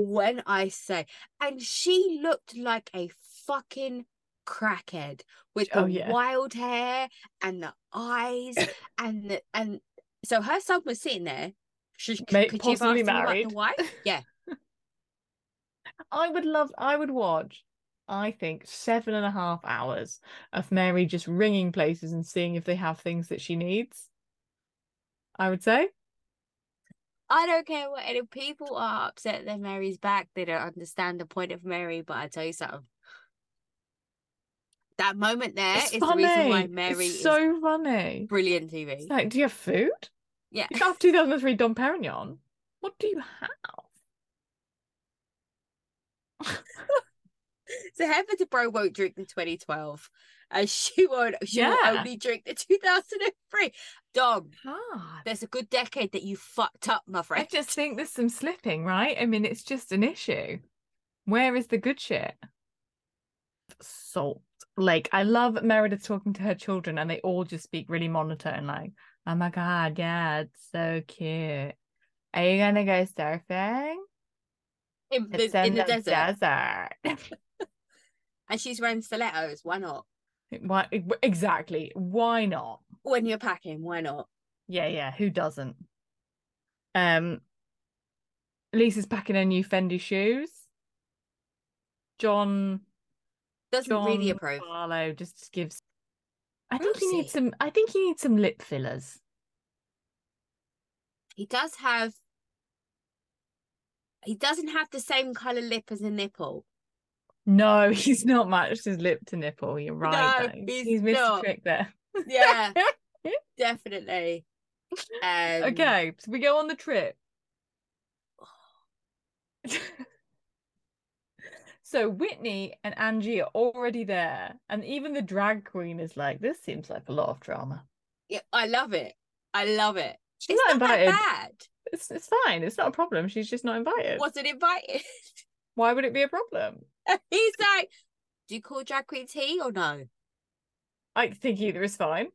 A: when I say, and she looked like a fucking crackhead with the
B: Oh, yeah.
A: wild hair and the eyes and the, and so her son was sitting there. She c-
B: Ma-
A: could she have asked
B: possibly
A: him about
B: married.
A: the wife? Yeah,
B: I would love, I would watch, I think, seven and a half hours of Mary just ringing places and seeing if they have things that she needs. I would say.
A: I don't care what any people are upset that Mary's back. They don't understand the point of Mary. But I tell you something. That moment there is
B: It's
A: the reason why
B: funny.
A: Mary
B: it's
A: is
B: so funny.
A: brilliant TV.
B: It's like, do you have food?
A: Yeah.
B: You can't have 2003 Dom Perignon. What do you have?
A: So Heather DeBro won't drink the 2012, and she won't. She will
B: Yeah.
A: only drink the 2003. Dom,
B: Hard.
A: there's a good decade that you fucked up, my
B: I
A: friend.
B: just think there's some slipping, right? I mean, it's just an issue. Where is the good shit? Salt. Like, I love Meredith talking to her children, and they all just speak really monotone, like, oh my God, yeah, it's so cute. Are you going to go surfing?
A: in
B: It's
A: the, in the desert,
B: desert.
A: and she's wearing stilettos. Why not?
B: Why, exactly. Why not?
A: When you're packing, why not?
B: Yeah, yeah. Who doesn't? Um, Lisa's packing her new Fendi shoes. John
A: Doesn't
B: John
A: really approve.
B: Barlow just gives. I think he needs
A: Rosie.
B: some. I think he needs some lip fillers.
A: He does have. He doesn't have the same color lip as a nipple.
B: No, he's not matched his lip to nipple. You're right.
A: No,
B: though.
A: he's
B: missed
A: not.
B: a trick there.
A: Yeah, definitely. Um,
B: okay, so we go on the trip. so Whitney and Angie are already there, and even the drag queen is like, "This seems like a lot of drama."
A: Yeah, I love it. I love it.
B: She's
A: it's
B: not
A: not
B: invited.
A: that
B: It's it's fine. It's not a problem. She's just not
A: bad.
B: invited.
A: Wasn't invited.
B: Why would it be a problem?
A: He's like, do you call drag queens he or no?
B: I think either is fine.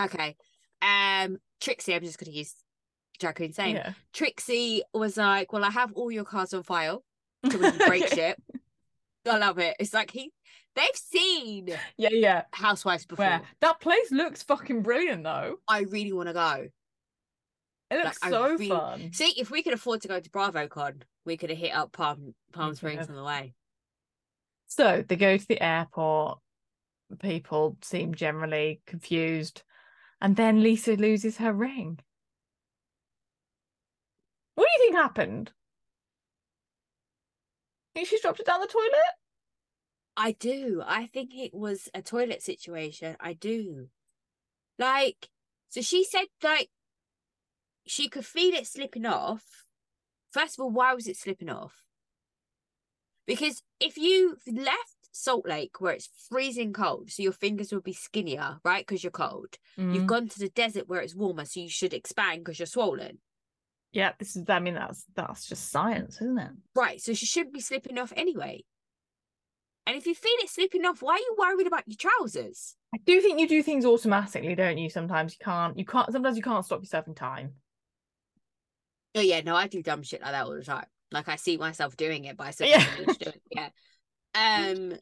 A: Okay. Um, Trixie, I'm just gonna use drag queen name.
B: Yeah.
A: Trixie was like, well, I have all your cards on file, so we can break shit. I love it. It's like he, they've seen
B: Yeah, yeah.
A: Housewives before.
B: Where that place looks fucking brilliant though.
A: I really want to go.
B: It
A: Like,
B: looks
A: I
B: so
A: really-
B: fun.
A: See, if we could afford to go to BravoCon, we could have hit up Palm Palm
B: could
A: Springs
B: have.
A: on the way.
B: So they go to the airport. People seem generally confused. And then Lisa loses her ring. What do you think happened? Think she's dropped it down the toilet?
A: I do. I think it was a toilet situation. I do. Like, so she said, like, she could feel it slipping off. First of all, why was it slipping off? Because if you left Salt Lake where it's freezing cold, so your fingers would be skinnier, right? Because you're cold.
B: Mm.
A: You've gone to the desert where it's warmer, so you should expand because you're swollen.
B: Yeah, this is I mean that's that's just science, isn't it?
A: Right. So she should be slipping off anyway. And if you feel it slipping off, why are you worried about your trousers?
B: I do think you do things automatically, don't you? Sometimes you can't you can't sometimes you can't stop yourself in time.
A: Oh yeah, no, I do dumb shit like that all the time. Like I see myself doing it, but I still
B: Yeah.
A: don't need to do it. Yeah. Um,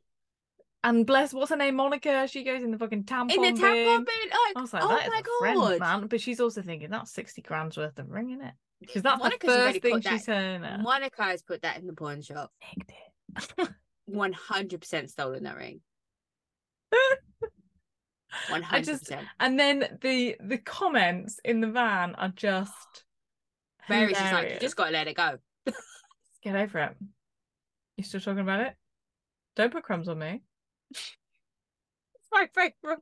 B: And bless what's her name, Monica? She goes in the fucking tampon.
A: in the tampon bin,
B: bin.
A: like,
B: I was like,
A: oh
B: that is
A: my
B: a friend,
A: god,
B: man. But she's also thinking that's 60 grand's worth of ring, isn't it? Because that's
A: Monica's
B: the
A: already
B: first thing
A: put
B: she
A: that-
B: said. uh,
A: Monica has put that in the pawn shop.
B: nicked it.
A: One hundred percent stolen that ring. One
B: I
A: hundred
B: just-
A: percent.
B: And then the the comments in the van are just
A: Mary's just like, you
B: hilarious.
A: just gotta let it go.
B: Get over it. You still talking about it? Don't put crumbs on me. it's my favorite.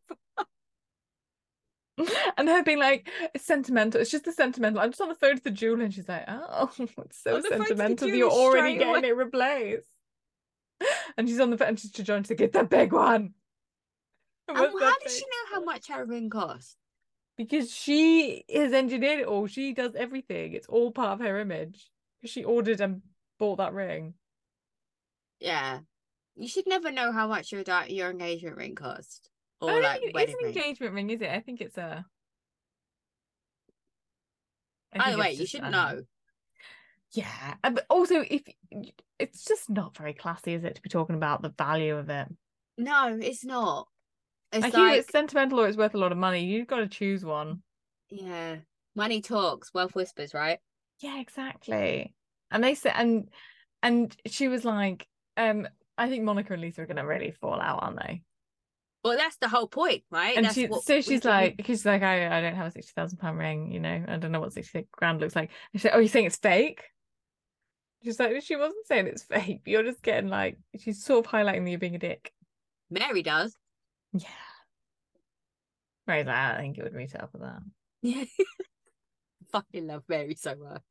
B: and her being like, it's sentimental. It's just the sentimental. I'm just on the phone to the jeweler, and she's like, oh, it's so
A: On the phone to the
B: sentimental.
A: jeweler
B: You're already
A: straight away.
B: getting it replaced. And she's on the phone. And she's to John to get the big one.
A: And how does she know how much her ring costs?
B: Because she has engineered it all. She does everything. It's all part of her image. 'Cause She ordered and bought that ring.
A: Yeah, you should never know how much your di- your engagement ring cost or
B: I don't
A: like
B: think it is
A: wedding
B: an
A: ring.
B: engagement ring, is it? I think it's a. I
A: Either
B: think it's
A: way, you
B: just
A: should
B: a-
A: know.
B: Yeah, and but also if y- it's just not very classy, is it, to be talking about the value of it?
A: No, it's not. It's
B: like either
A: like
B: it's sentimental or it's worth a lot of money. You've got to choose one.
A: yeah, money talks, wealth whispers, right?
B: Yeah, exactly. And they said, and and she was like, um, I think Monica and Lisa are gonna really fall out, aren't they?
A: Well, that's the whole point, right?
B: and
A: that's
B: she,
A: what
B: so
A: we
B: she's
A: can-
B: like, she's like, "Oh, I, I don't have a sixty thousand pound ring, you know, I don't know what sixty grand looks like. And she's like, oh, you saying it's fake? She's like, she wasn't saying it's fake. You're just getting like, she's sort of highlighting that you're being a dick.
A: Mary does.
B: Yeah. Whereas I don't think it would retail for that.
A: Yeah, fucking love Mary so much.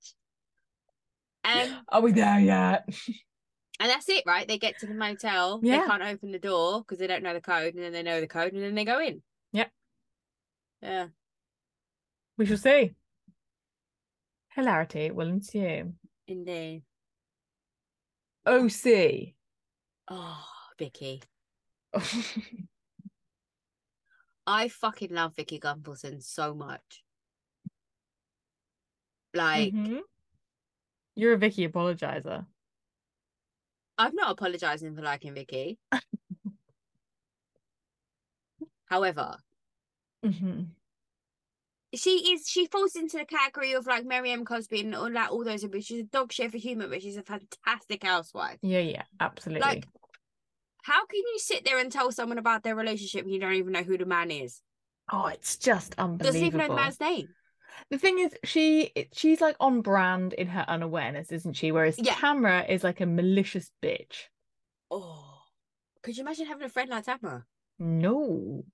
A: Um,
B: Are we there yet?
A: And that's it, right? They get to the motel. They
B: Yeah.
A: can't open the door because they don't know the code, and then they know the code, and then they go in.
B: Yep.
A: Yeah.
B: We shall see. Hilarity will ensue.
A: Indeed.
B: OC.
A: Oh, Vicky.
B: I
A: I fucking love Vicky Gumpleton so much. Like,
B: Mm-hmm. You're a Vicky apologizer.
A: I'm not apologizing for liking Vicky. However,
B: Mm-hmm.
A: she is she falls into the category of like Mary M. Cosby and all like all those but she's a dog shit for humor, but she's a fantastic housewife.
B: Yeah, yeah, absolutely.
A: Like, how can you sit there and tell someone about their relationship and you don't even know who the man is?
B: oh, it's just unbelievable.
A: Doesn't even know the man's name.
B: the thing is she it- she's like on brand in her unawareness isn't she whereas
A: Yeah.
B: tamara is like a malicious bitch
A: Oh, could you imagine having a friend like Tamara?
B: no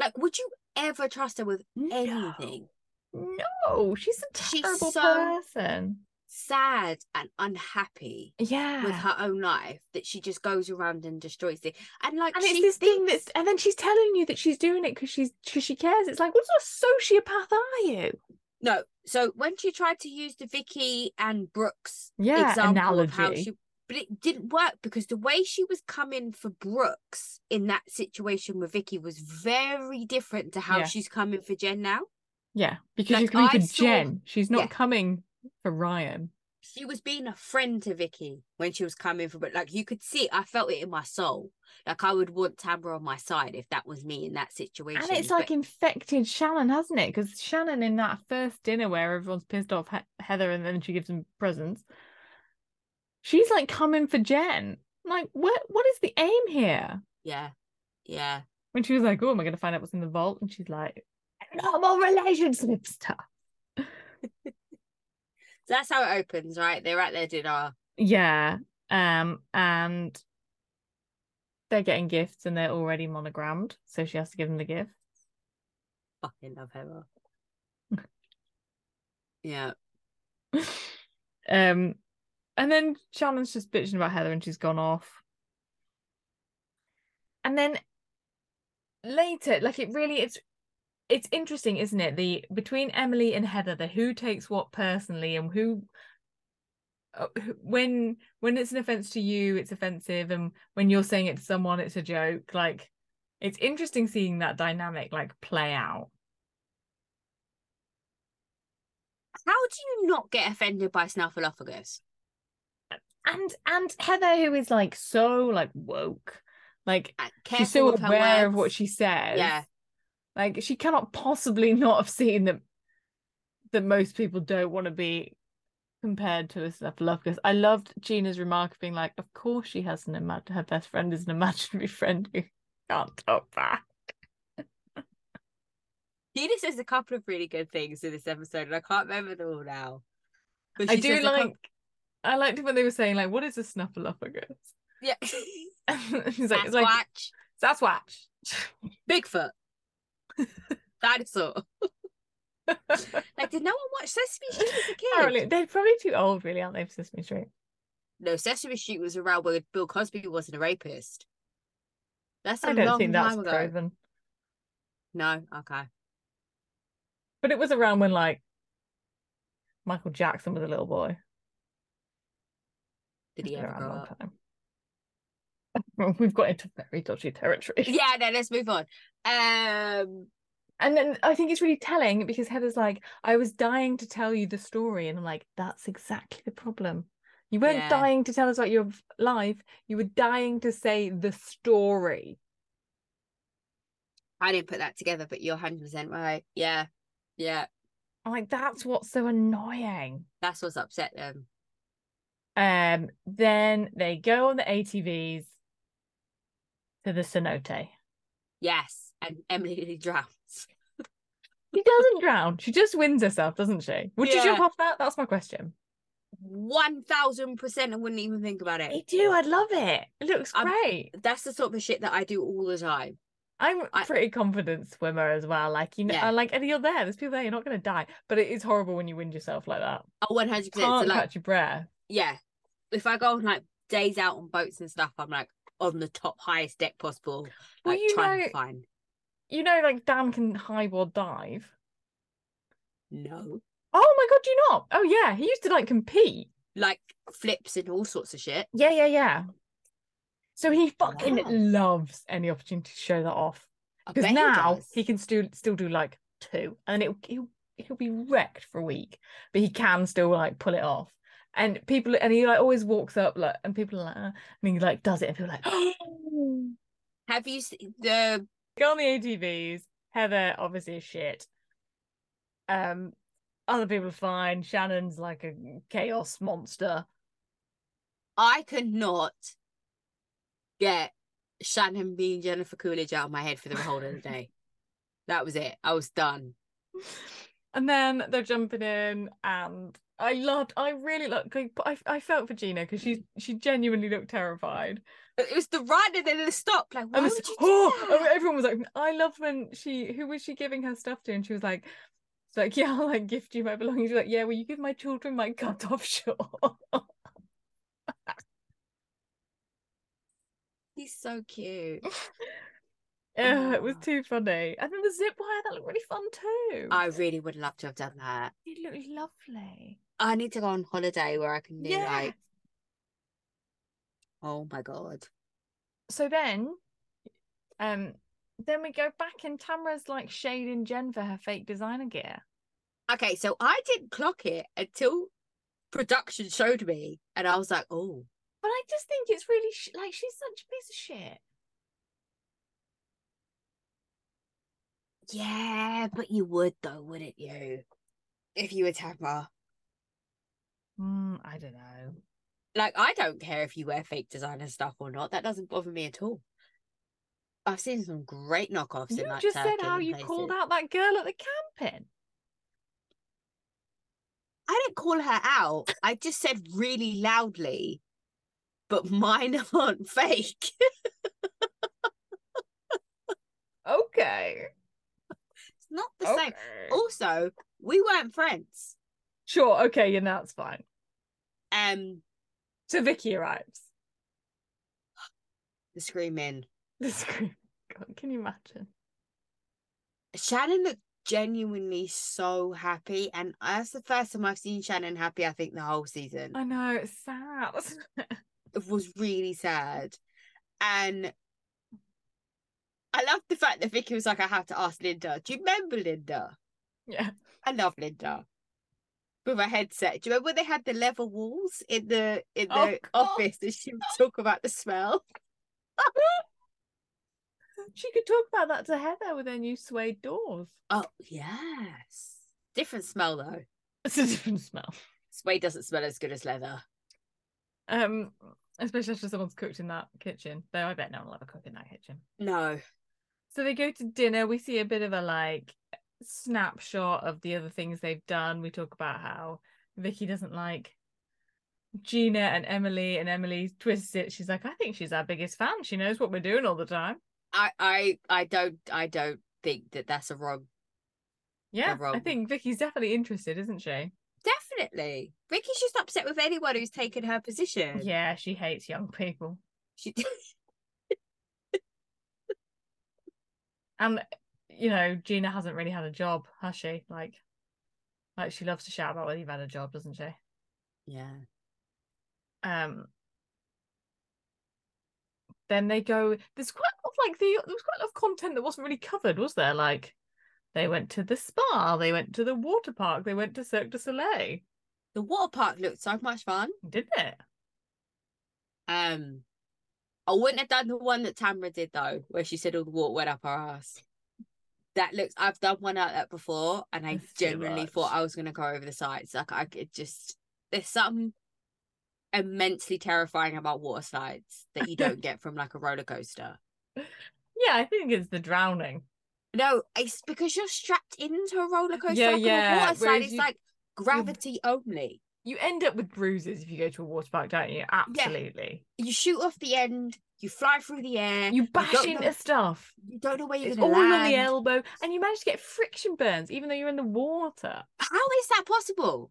A: Like, would you ever trust her with
B: no,
A: anything?
B: no she's a
A: She's
B: terrible
A: so-
B: person
A: Sad and unhappy
B: yeah
A: with her own life that she just goes around and destroys it. And like,
B: and
A: she
B: it's this thing
A: thinks-
B: that's and then she's telling you that she's doing it because she's because she cares it's like what sort of sociopath are you
A: no. So when she tried to use the Vicky and Brooks
B: yeah
A: example
B: analogy
A: of how she, but it didn't work because the way she was coming for Brooks in that situation with Vicky was very different to how
B: Yeah.
A: she's coming for Jen now.
B: yeah because
A: Like,
B: she's coming
A: I
B: for
A: saw-
B: jen she's not
A: Yeah.
B: coming for ryan
A: she was being a friend to Vicky when she was coming for, but like you could see, I felt it in my soul. Like I would want Tamara on my side if that was me in that situation.
B: And it's like
A: but
B: infected Shannon, hasn't it? Because Shannon, in that first dinner where everyone's pissed off he- Heather and then she gives them presents, she's like coming for Jen. I'm Like, what? What is the aim here?
A: yeah, yeah,
B: When she was like, "Oh, am I going to find out what's in the vault?" and she's like, "Normal relationship stuff."
A: so that's how it opens, right? They're at their dinner.
B: Yeah. Um. And they're getting gifts, and they're already monogrammed, so she has to give them the gift.
A: Fucking love Heather. yeah,
B: um. And then Shannon's just bitching about Heather, and she's gone off. and then later like it really it's it's interesting isn't it the between emily and heather the who takes what personally and who uh, who- when when it's an offense to you it's offensive and when you're saying it to someone it's a joke like it's interesting seeing that dynamic like play out
A: how do you not get offended by Snuffleupagus?
B: and and heather who is like so like woke like
A: Uh, Careful
B: she's so
A: with her
B: aware of
A: words.
B: what she says
A: Yeah.
B: like she cannot possibly not have seen that that most people don't want to be compared to a Snuffleupagus. I loved Gina's remark of being like, "Of course she has an imag- her best friend is an imaginary friend who can't talk back."
A: Gina says a couple of really good things in this episode, and I can't remember them all now. But
B: I
A: she
B: do
A: says a cou-
B: like, I liked it when they were saying like, "What is a snuffleupagus?"
A: Yeah.
B: He's like,
A: Sasquatch,
B: it's like Sasquatch.
A: Bigfoot, dinosaur. like, did no one watch Sesame Street as a kid?
B: Apparently, they're probably too old, really, aren't they, for Sesame Street?
A: No, Sesame Street was around where Bill Cosby wasn't a rapist. That's a
B: I don't
A: long
B: think that's
A: time ago.
B: proven.
A: No, okay.
B: But it was around when like Michael Jackson was a little boy.
A: Did
B: It's
A: he
B: been
A: ever
B: around a
A: grow
B: long
A: up?
B: time. We've got into very dodgy territory.
A: Yeah, no, let's move on. Um,
B: And then I think it's really telling because Heather's like, I was dying to tell you the story. And I'm like, that's exactly the problem. You weren't
A: Yeah.
B: dying to tell us about your v- life. You were dying to say the story.
A: I didn't put that together, but you're 100% right. Yeah, yeah,
B: I'm like, that's what's so annoying.
A: that's what's upset them.
B: Um, then they go on the ATVs to the cenote.
A: Yes, and Emily drowns.
B: She doesn't drown. She just wins herself, doesn't she? Would you jump
A: Yeah.
B: off that? That's my question.
A: 1000%, I wouldn't even think about
B: I
A: it.
B: do. I love it. It looks
A: I'm-
B: great.
A: That's the sort of shit that I do all the time.
B: I'm a
A: I-
B: pretty confident swimmer as well. Like you know,
A: Yeah.
B: and like and you're there. There's people there. You're not going to die. But it is horrible when you wind yourself like that.
A: Oh, 100%. So,
B: Can't
A: like,
B: catch your breath.
A: yeah, if I go on like days out on boats and stuff, I'm like on the top highest deck possible,
B: Well,
A: like
B: you
A: trying
B: know-
A: to find.
B: You know, like Dan can high board dive.
A: No,
B: Oh my god, do you not? Oh yeah, he used to like compete.
A: like flips and all sorts of shit.
B: Yeah, yeah, yeah. So he fucking
A: Wow.
B: loves any opportunity to show that off
A: I bet
B: because
A: he
B: now
A: does.
B: he, can still still do like two, and it'll he'll, he'll be wrecked for a week, but he can still like pull it off. And people and he like always walks up like and people are like "Ah," and he like does it and people are like "Oh, go
A: Have you seen the
B: on the ATVs. Heather obviously is shit. Um, other people are fine. Shannon's like a chaos monster.
A: I could not get Shannon being Jennifer Coolidge out of my head for the whole of the day. That was it. I was done.
B: And then they're jumping in, and I loved. I really loved. but I I felt for Gina because she she genuinely looked terrified.
A: But It was the ride and then the stop. Like, why
B: And
A: would
B: this-
A: you do
B: oh,
A: that?
B: and everyone was like, I loved when she who was she giving her stuff to, and she was like, it's like yeah, I'll like gift you my belongings. She's like yeah, will you give my children my cut off short?
A: Oh He's so cute.
B: Ugh, it was
A: Ah.
B: too funny. And then the zip wire that looked really fun too.
A: I really would love to have done that.
B: it looked lovely.
A: I need to go on holiday where I can do
B: Yeah.
A: like, oh my god.
B: so then um then we go back and Tamara's like shading Jen for her fake designer gear.
A: Okay, so I didn't clock it until production showed me, and I was like, oh,
B: But I just think it's really sh- like she's such a piece of shit.
A: yeah, but you would though, wouldn't you? If you were Tamara.
B: Mm, I don't know.
A: Like, I don't care if you wear fake designer stuff or not. That doesn't bother me at all. I've seen some great knockoffs
B: You
A: in like
B: just said
A: Turkey
B: how
A: and
B: you
A: places.
B: called out that girl at the camping.
A: I didn't call her out. I just said really loudly, but mine aren't fake.
B: Okay.
A: It's not the same. Also, we weren't friends.
B: Oh, Sure. Okay. Yeah, that's fine.
A: Um,
B: So Vicky arrives.
A: the screaming.
B: The screen. God, can you imagine?
A: Shannon looked genuinely so happy, and that's the first time I've seen Shannon happy. I think the whole season
B: I know. It's sad.
A: it was really sad, and I loved the fact that Vicky was like, "I have to ask Linda. Do you remember Linda?
B: yeah.
A: I love Linda." With her headset, do you remember when they had the leather walls in the in
B: Oh,
A: the
B: God.
A: office, and she would talk about the smell?
B: She could talk about that to Heather with their new suede doors.
A: Oh yes, different smell though.
B: It's a different smell.
A: Suede doesn't smell as good as leather.
B: Um, especially after someone's cooked in that kitchen. Though I bet no one will ever cook in that kitchen.
A: No.
B: So they go to dinner. We see a bit of a like snapshot of the other things they've done. We talk about how Vicky doesn't like Gina and Emily, and Emily twists it. She's like, I think she's our biggest fan. She knows what we're doing all the time.
A: I I I don't I don't think that that's a wrong.
B: Yeah,
A: They're
B: I
A: wrong. think
B: think Vicky's definitely interested, isn't she?
A: Definitely, Vicky's just upset with anyone who's taken her position.
B: Yeah, she hates young people.
A: She,
B: And you know, Gina hasn't really had a job, has she? Like, like she loves to shout about whether you've had a job, doesn't she?
A: yeah.
B: Um. Then they go. There's quite a lot of, like the there was quite a lot of content that wasn't really covered, was there? Like, they went to the spa, they went to the water park, they went to Cirque du Soleil,
A: The water park looked so much fun.
B: didn't it?
A: Um, I wouldn't have done the one that Tamra did though, where she said all the water went up her ass. That looks. I've done one like that before, and I
B: That's too
A: genuinely
B: much.
A: thought I was gonna go over the sides. Like I could just. There's something immensely terrifying about water slides that you don't get from like a roller coaster.
B: Yeah, I think it's the drowning.
A: No, it's because you're strapped into a roller coaster.
B: Yeah,
A: like on a
B: yeah,
A: water slide,
B: whereas
A: it's
B: you-
A: like gravity only.
B: You end up with bruises if you go to a water park, don't you? Absolutely.
A: You shoot off the end. You fly through the air.
B: You bash
A: don't
B: into
A: know-
B: stuff.
A: You don't know where you're
B: It's
A: gonna
B: all
A: land.
B: on the elbow, and you manage to get friction burns even though you're in the water.
A: How is that possible?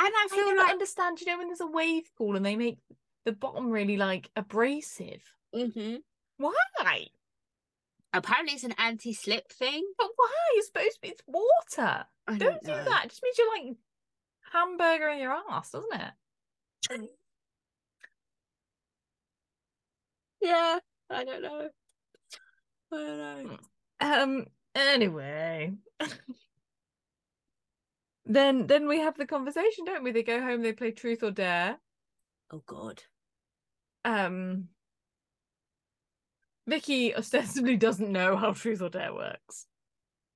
A: And I
B: I
A: feel
B: never
A: like
B: understand. You know when there's a wave pool and they make the bottom really like abrasive.
A: Mhm.
B: Why?
A: apparently it's an anti-slip thing.
B: But why? You're supposed to be. It's water.
A: I
B: Don't
A: don't,
B: do
A: know.
B: that. It just means you're like hamburger in your ass, doesn't it?
A: Yeah, I don't know. I don't know.
B: Um. Anyway, then then we have the conversation, don't we? They go home. They play truth or dare.
A: Oh god.
B: Um. Vicky ostensibly doesn't know how truth or dare works.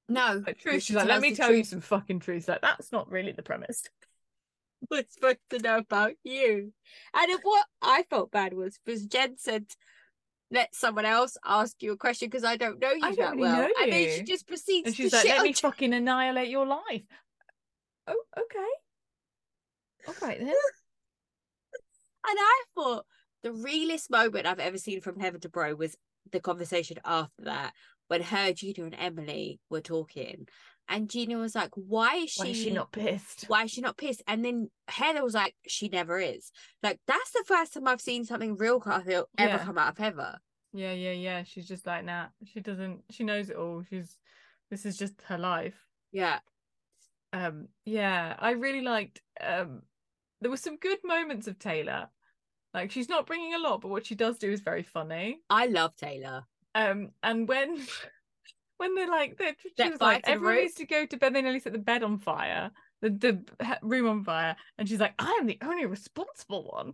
A: No,
B: But
A: but
B: truth,
A: she
B: she's like, let
A: tells
B: me
A: the
B: tell you
A: truth.
B: some fucking truth. Like that's not really the premise.
A: was supposed to know about you. And if what I felt bad was was Jen said, "Let someone else ask you a question because I don't know you
B: don't
A: that
B: really
A: well."
B: know
A: And then she
B: you.
A: just proceeds
B: And she's
A: to
B: like,
A: shit
B: let
A: on
B: me
A: Jen.
B: fucking annihilate your life. Oh, okay. All right then.
A: And I thought the realest moment I've ever seen from Heaven to Bro was the conversation after that when her, Gina, and Emily were talking. And Gina was like, Why is she,
B: Why is she not pissed?
A: why is she not pissed? And then Heather was like, She never is. Like, that's the first time I've seen something real co- ever
B: Yeah.
A: come out of Heather.
B: Yeah, yeah, yeah. She's just like that. She doesn't. She knows it all. She's. This is just her life.
A: Yeah.
B: Um. Yeah. I really liked. Um. There were some good moments of Taylor. Like she's not bringing a lot, but what she does do is very funny.
A: I love Taylor.
B: Um. And when. When they're like, they're, she
A: Set
B: was
A: fire
B: like,
A: to the
B: everyone
A: roof."
B: needs to go to bed. They nearly set the bed on fire, the the he- room on fire, and she's like, I am the only responsible one.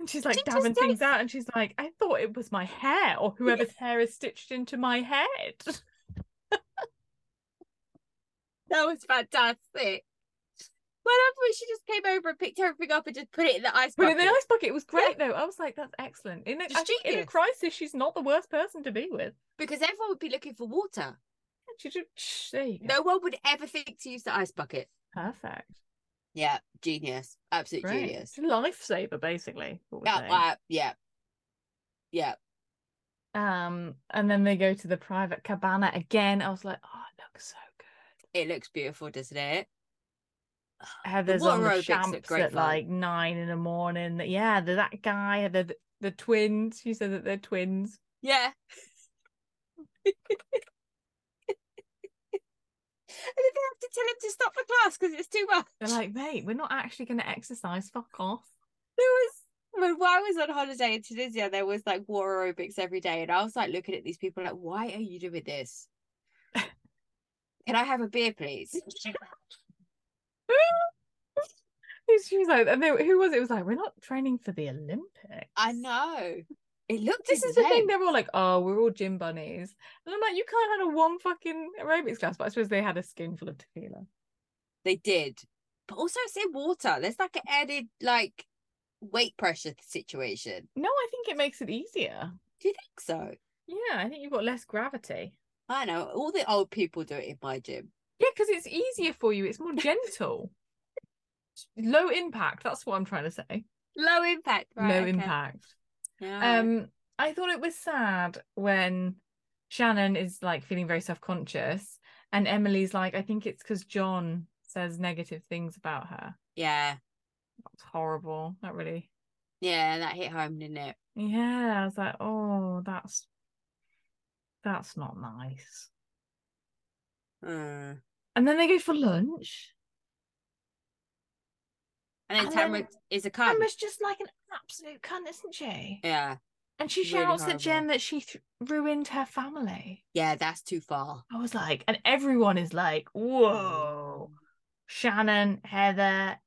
B: And she's like
A: She just
B: dabbing
A: did it.
B: things out, and she's like, I thought it was my hair or whoever's hair is stitched into my head.
A: That was fantastic. But I thought she just came over and picked everything up and just put it in the ice
B: But in the
A: bucket.
B: ice bucket was great though. I was like, that's excellent. In a,
A: Just
B: I think in a
A: genius.
B: crisis, she's not the worst person to be with.
A: Because everyone would be looking for water.
B: She just shh, there you go.
A: No one would ever think to use the ice bucket.
B: Perfect.
A: Yeah, genius. Absolute
B: Great.
A: genius.
B: She's a lifesaver basically. what we're
A: Yeah,
B: saying.
A: uh, yeah. Yeah.
B: Um, and then they go to the private cabana again. I was like, oh, it looks so good.
A: It looks beautiful, doesn't it?
B: Heather's on the
A: water aerobics look
B: champs
A: great
B: at
A: fun.
B: like nine in the morning. That yeah, the, that guy, Heather, the the twins. She said that they're twins.
A: Yeah. and then they have to tell him to stop the class because it's too much.
B: They're like, mate, we're not actually going to exercise. Fuck off.
A: there was when, when I was on holiday in Tunisia, there was like water aerobics every day, and I was like looking at these people like, why are you doing this? Can I have a beer, please?
B: She was like, and they, who was it? It was like, we're not training for the Olympics.
A: I know. It looked
B: This is the thing.
A: insane.
B: They're all like, oh, we're all gym bunnies. And I'm like, you can't have a one fucking aerobics class. But I suppose they had a skinful of tequila.
A: They did. But also it's in water. There's like an added like weight pressure situation.
B: No, I think it makes it easier.
A: Do you think so?
B: Yeah, I think you've got less gravity.
A: I know. All the old people do it in my gym.
B: Yeah, because it's easier for you. It's more gentle. it's low impact. That's what I'm trying to say.
A: Low impact, right?
B: low
A: okay.
B: impact.
A: Yeah.
B: Um, I thought it was sad when Shannon is like feeling very self conscious, and Emily's like, I think it's because John says negative things about her.
A: yeah.
B: That's horrible. That really,
A: Yeah, that hit home, didn't it?
B: yeah. I was like, oh, that's that's not nice.
A: Mm.
B: And then they go for lunch.
A: And then
B: And
A: Tamra
B: then-
A: is a cunt.
B: Emma's just like an absolute cunt, isn't she?
A: yeah.
B: And she
A: really
B: shouts at
A: horrible.
B: Jen that she th- ruined her family.
A: Yeah, that's too far.
B: I was like, and everyone is like, whoa.
A: Mm.
B: Shannon, Heather,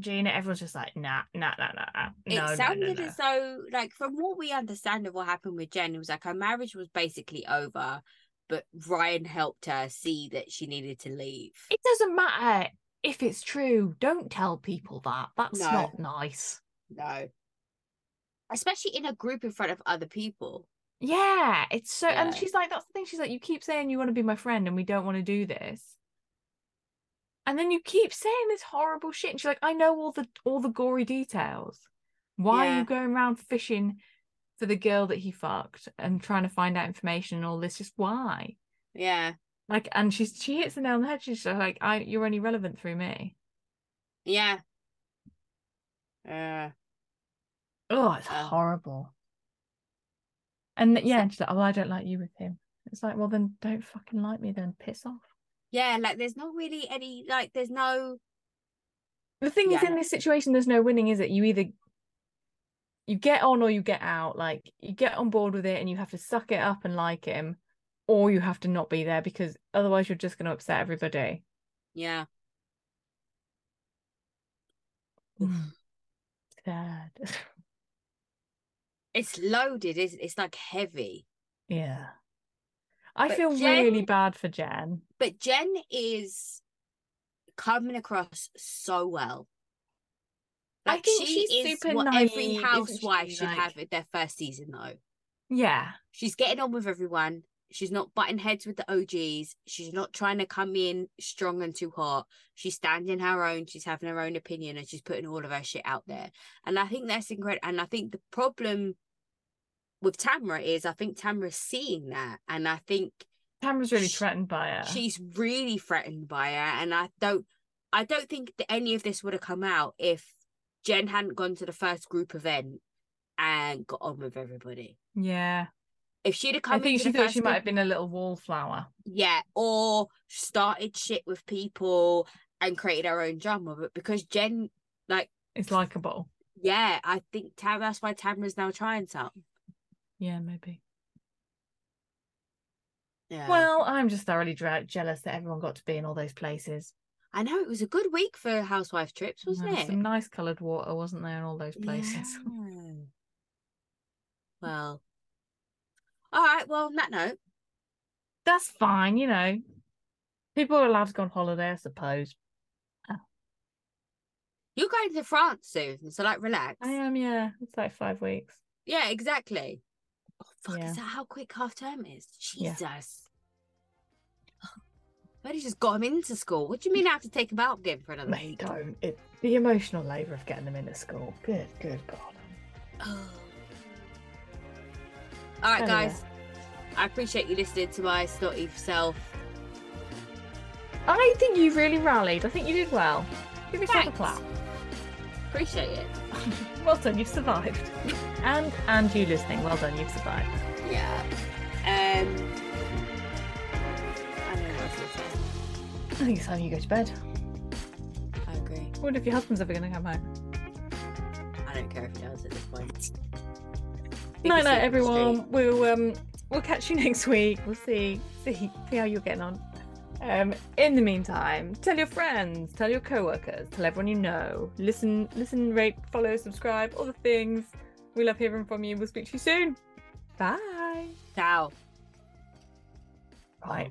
B: Gina, everyone's just like, nah, nah, nah, nah, nah.
A: It
B: No, no, no,
A: sounded
B: no.
A: as though, like, from what we understand of what happened with Jen, it was like her marriage was basically over, but Ryan helped her see that she needed to leave.
B: It doesn't matter if it's true. Don't tell people that. That's
A: No.
B: not nice.
A: No. Especially in a group in front of other people.
B: Yeah, it's so. And
A: Yeah.
B: she's like, that's the thing. She's like, you keep saying you want to be my friend and we don't want to do this. And then you keep saying this horrible shit. And she's like, I know all the all the gory details. Why are
A: Yeah.
B: you going around fishing for the girl that he fucked and trying to find out information and all this? Just why?
A: Yeah.
B: Like, and she's she hits the nail on the head. She's just like, I you're only relevant through me.
A: Yeah. Uh,
B: Oh, it's
A: Yeah.
B: horrible. And yeah, and she's like, oh, I don't like you with him. It's like, well, then don't fucking like me. Then piss off.
A: yeah, like there's not really any like there's no
B: the thing is
A: Yeah.
B: in this situation there's no winning is it you either you get on or you get out like you get on board with it and you have to suck it up and like him or you have to not be there because otherwise you're just going to upset everybody
A: yeah. Oof.
B: sad
A: It's loaded, isn't it? It's like heavy.
B: yeah i
A: But
B: feel really
A: Jen-
B: bad for jen
A: But Jen is coming across so well.
B: I
A: Like
B: think
A: she
B: she's
A: is
B: super
A: what
B: naive,
A: every
B: isn't
A: housewife
B: she?
A: should
B: Like-
A: have at their first season though.
B: yeah
A: She's getting on with everyone. She's not butting heads with the OGs. She's not trying to come in strong and too hot. She's standing her own. She's having her own opinion and she's putting all of her shit out there. And I think that's incredible. And I think the problem with Tamra is I think Tamra's seeing that. And I think
B: tamara's really
A: Sh-
B: threatened by her
A: she's really threatened by her. And I don't I don't think that any of this would have come out if Jen hadn't gone to the first group event and got on with everybody.
B: yeah
A: If she'd have
B: i
A: come
B: think
A: into
B: she
A: the
B: thought
A: first
B: she might
A: group
B: have been a little wallflower
A: yeah, or started shit with people and created her own drama. But because Jen,
B: it's likable
A: yeah, I think Tam, that's why Tamra's now trying something.
B: yeah maybe
A: Yeah.
B: well i'm just thoroughly dre- jealous that everyone got to be in all those places
A: I know it was a good week for housewife trips, wasn't
B: There was
A: it?
B: Some nice coloured water, wasn't there, in all those places?
A: Yeah. Well, all right. Well, on that note,
B: That's fine, you know. People are allowed to go on holiday, I suppose.
A: you're going to France soon, so like relax.
B: I am, yeah. It's like five weeks.
A: Yeah, exactly. Oh fuck!
B: Yeah.
A: Is that how quick half term is?
B: Yeah.
A: Jesus. Bloody just got him into school. What do you mean I have to take him out again for another
B: They
A: week?
B: don't. It, the emotional labour of getting them into school. Good, good God.
A: Oh. All right,
B: Anyway.
A: guys. I appreciate you listening to my snotty self.
B: I think you really rallied. I think you did well. Give yourself
A: Thanks.
B: a clap.
A: Appreciate it.
B: Well done, you've survived. And and you listening, well done, you've survived.
A: Yeah. Um. I don't know what else to say.
B: I think it's time you go to bed.
A: I agree.
B: I wonder if your husband's ever going to come home.
A: I don't care if he does at this point. He
B: No,
A: can sleep on the
B: no,
A: street.
B: everyone. We'll um, we'll catch you next week. We'll see, see, see how you're getting on. Um, in the meantime, tell your friends, tell your co-workers, tell everyone you know. Listen, listen, rate, follow, subscribe, all the things. We love hearing from you. We'll speak to you soon. Bye.
A: Ciao.
B: Right.